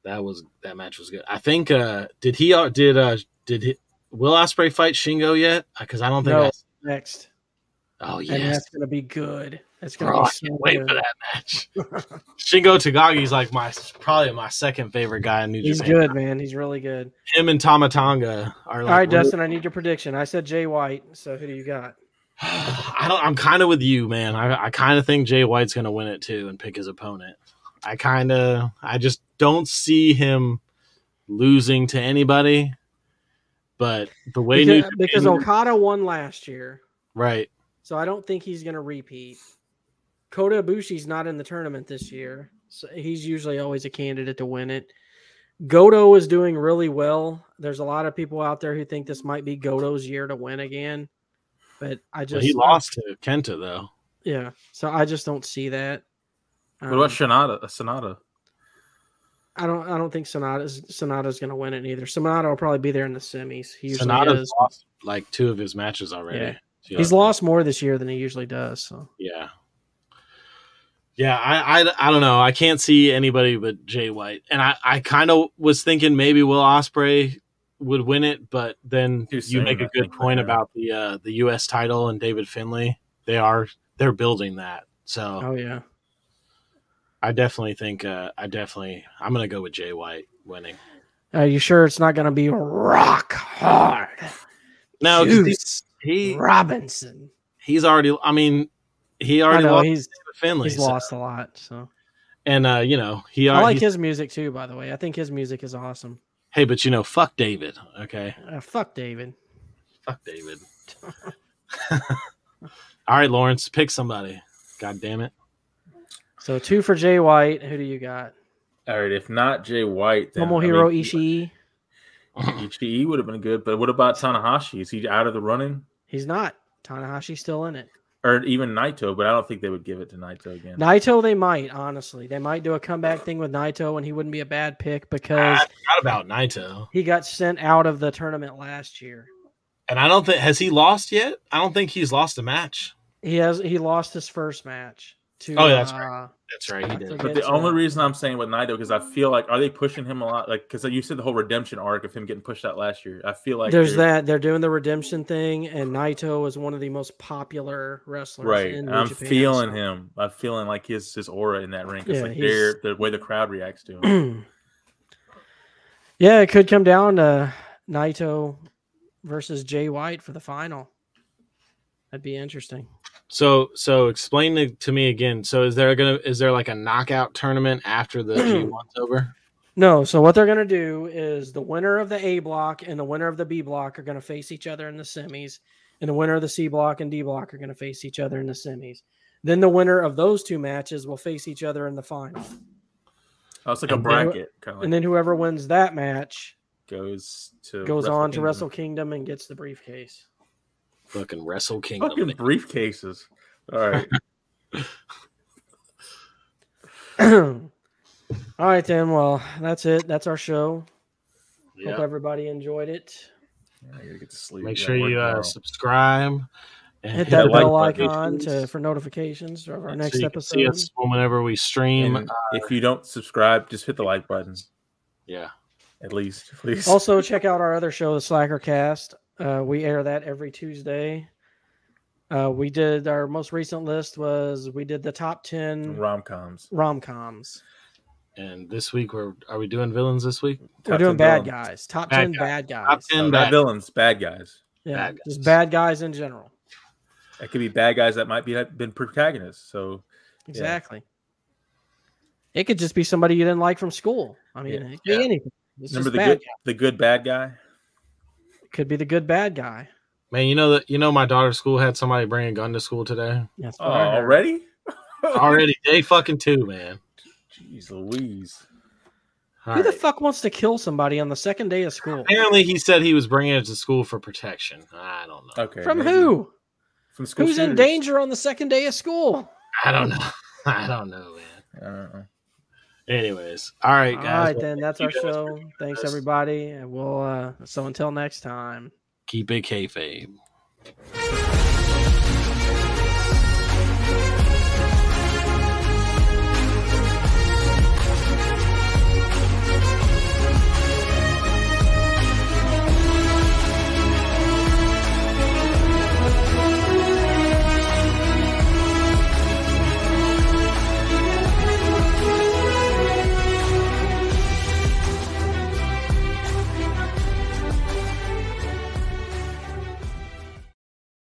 B: That was that match was good. I think, uh did he, did, uh did he, Will Osprey fight Shingo yet? Because I don't think
A: No.
B: I,
A: next.
B: Oh
A: And
B: yes,
A: that's gonna be good. That's gonna
B: bro! I
A: be
B: can't
A: so
B: wait
A: good.
B: for that match. <laughs> Shingo Tagagi's like my probably my second favorite guy in New
A: He's
B: Japan.
A: good, man. He's really good.
B: Him and Tamatanga are like.
A: All right, Dustin, I need your prediction. I said Jay White, so who do you got?
B: <sighs> I don't. I'm kind of with you, man. I, I kind of think Jay White's gonna win it too and pick his opponent. I kind of. I just don't see him losing to anybody. But the way New
A: Because,
B: Japan-
A: because Okada won last year,
B: right,
A: so I don't think he's gonna repeat. Kota Ibushi's not in the tournament this year, so he's usually always a candidate to win it. Goto is doing really well. There's a lot of people out there who think this might be Goto's year to win again, but I
B: Well,
A: just
B: he lost to Kenta though.
A: Yeah, so I just don't see that.
C: What about
A: Um,
C: Sonata? A Sonata.
A: I don't. I don't think Sonata's Sonata's going to win it either. Sonata will probably be there in the semis. He usually
B: Sonata's
A: is.
B: lost like two of his matches already. Yeah.
A: He's lost more this year than he usually does. So
B: Yeah. Yeah, I, I, I don't know. I can't see anybody but Jay White. And I, I kind of was thinking maybe Will Osprey would win it, but then
C: Too
B: you
C: soon,
B: make
C: I
B: a good
C: think,
B: point
C: right now.
B: about the uh, the U.S. title and David Finley. They are they're building that. So
A: oh yeah,
B: I definitely think uh, I definitely I'm gonna go with Jay White winning.
A: are you sure it's not going to be rock hard?
B: No, 'cause
A: Juice
B: he
A: Robinson.
B: he's already. I mean, he
A: I
B: already
A: know
B: lost
A: he's
B: to Finley.
A: he's
B: so-
A: lost a lot. So
B: and uh, you know he
A: I
B: already.
A: like his music too. By the way, I think his music is awesome.
B: hey, but you know, fuck David. Okay,
A: Uh, fuck David.
B: fuck David. <laughs> All right, Lawrence, pick somebody. God damn it.
A: So two for Jay White. Who do you got?
C: All right, if not Jay White, then
A: Tomohiro
C: I mean,
A: Ishii.
C: Ishii would have been good, but what about Tanahashi? Is he out of the running?
A: He's not. Tanahashi's still in it.
C: Or even Naito, but I don't think they would give it to Naito again.
A: Naito, they might honestly. They might do a comeback thing with Naito, and he wouldn't be a bad pick
B: I
A: because
B: forgot about Naito.
A: he got sent out of the tournament last year.
B: And I don't think has he lost yet? I don't think he's lost a match.
A: He has he lost his first match to.
B: Oh, yeah, that's
A: uh,
B: right. That's right, he did.
C: But the
A: Vince
C: only
A: McMahon.
C: reason I'm saying with Naito because I feel like are they pushing him a lot? Like because you said the whole redemption arc of him getting pushed out last year. I feel like
A: There's
C: they're-
A: that they're doing the redemption thing, and Naito is one of the most popular wrestlers.
C: right.
A: in
C: and
A: New
C: I'm
A: Japan,
C: feeling
A: so-
C: him. I'm feeling like his his aura in that ring. Cause
A: Yeah,
C: like
A: he's-
C: they're, the way the crowd reacts to
A: <clears throat>
C: him.
A: yeah, it could come down to Naito versus Jay White for the final. That'd be interesting.
B: So so explain it to me again. So is there gonna is there like a knockout tournament after
A: <clears throat>
B: the G one's over?
A: No, so what they're going to do is the winner of the A block and the winner of the B block are going to face each other in the semis, and the winner of the C block and D block are going to face each other in the semis. Then the winner of those two matches will face each other in the final.
C: Oh, it's like a
B: And
A: then-
C: bracket. Kind of like
A: And then whoever wins that match
C: goes to
A: goes
C: Wrestle
A: on to
C: Kingdom.
A: Wrestle Kingdom and gets the briefcase. <clears throat>
B: Fucking Wrestle Kingdom.
C: <laughs> Fucking briefcases.
A: <laughs>
C: All right.
A: All right, then. Well, that's it. That's our show.
B: Yeah.
A: Hope everybody enjoyed it.
C: I gotta get to sleep.
B: Make
C: I
B: sure
C: gotta work
B: you uh,
C: tomorrow.
B: subscribe and
A: Hit
C: that
A: that
B: the
A: bell
C: like button,
A: icon to,
B: please.
A: for notifications of our
B: so
A: next
B: you can See
A: episode.
B: us whenever we stream. uh,
C: And if you don't subscribe, just hit the like button
B: yeah.
C: at least, <laughs> please.
A: also check out our other show the slacker cast uh, we air that every tuesday uh, we did our most recent list was we did the top 10
C: rom coms.
A: rom-coms
B: And this week we're are we doing villains this week?
A: we're
C: Top
A: doing
C: 10
A: bad
C: villains.
A: guys top
B: Bad
A: 10
B: guys.
A: bad guys
B: Top
C: No,
B: ten
C: not
B: bad.
C: Oh, villains, bad guys.
A: yeah
B: Bad
A: just
B: guys.
A: bad guys in general
C: It could be bad guys that might be have been protagonists. So
A: exactly it could just be somebody you didn't like from school i mean
C: Yeah.
A: it could be
B: Yeah.
A: anything it's
C: remember
A: just
C: the
A: bad
C: good,
A: guy.
C: the good bad guy.
A: could be the good bad guy
B: Man, you know that you know my daughter's school had somebody bring a gun to school today.
A: that's
C: Oh,
A: what I heard.
C: already?
B: Already day fucking two, man.
C: <laughs> Jeez, Louise.
B: All
A: who the
B: right.
A: fuck wants to kill somebody on the second day of school
B: Apparently, he said he was bringing it to school for protection. I don't know.
C: Okay.
A: from
C: maybe.
A: who
C: From school.
A: Who's in
C: shooters.
A: danger on the second day of school?
B: I don't know. <laughs> I don't know, man.
C: I don't know.
B: Anyways, all right, guys.
A: All right,
B: Well,
A: then that's our
B: thank you guys for
A: show.
B: joining
A: Thanks
B: us.
A: everybody, and we'll. Uh, so until next time.
B: Keep it kayfabe.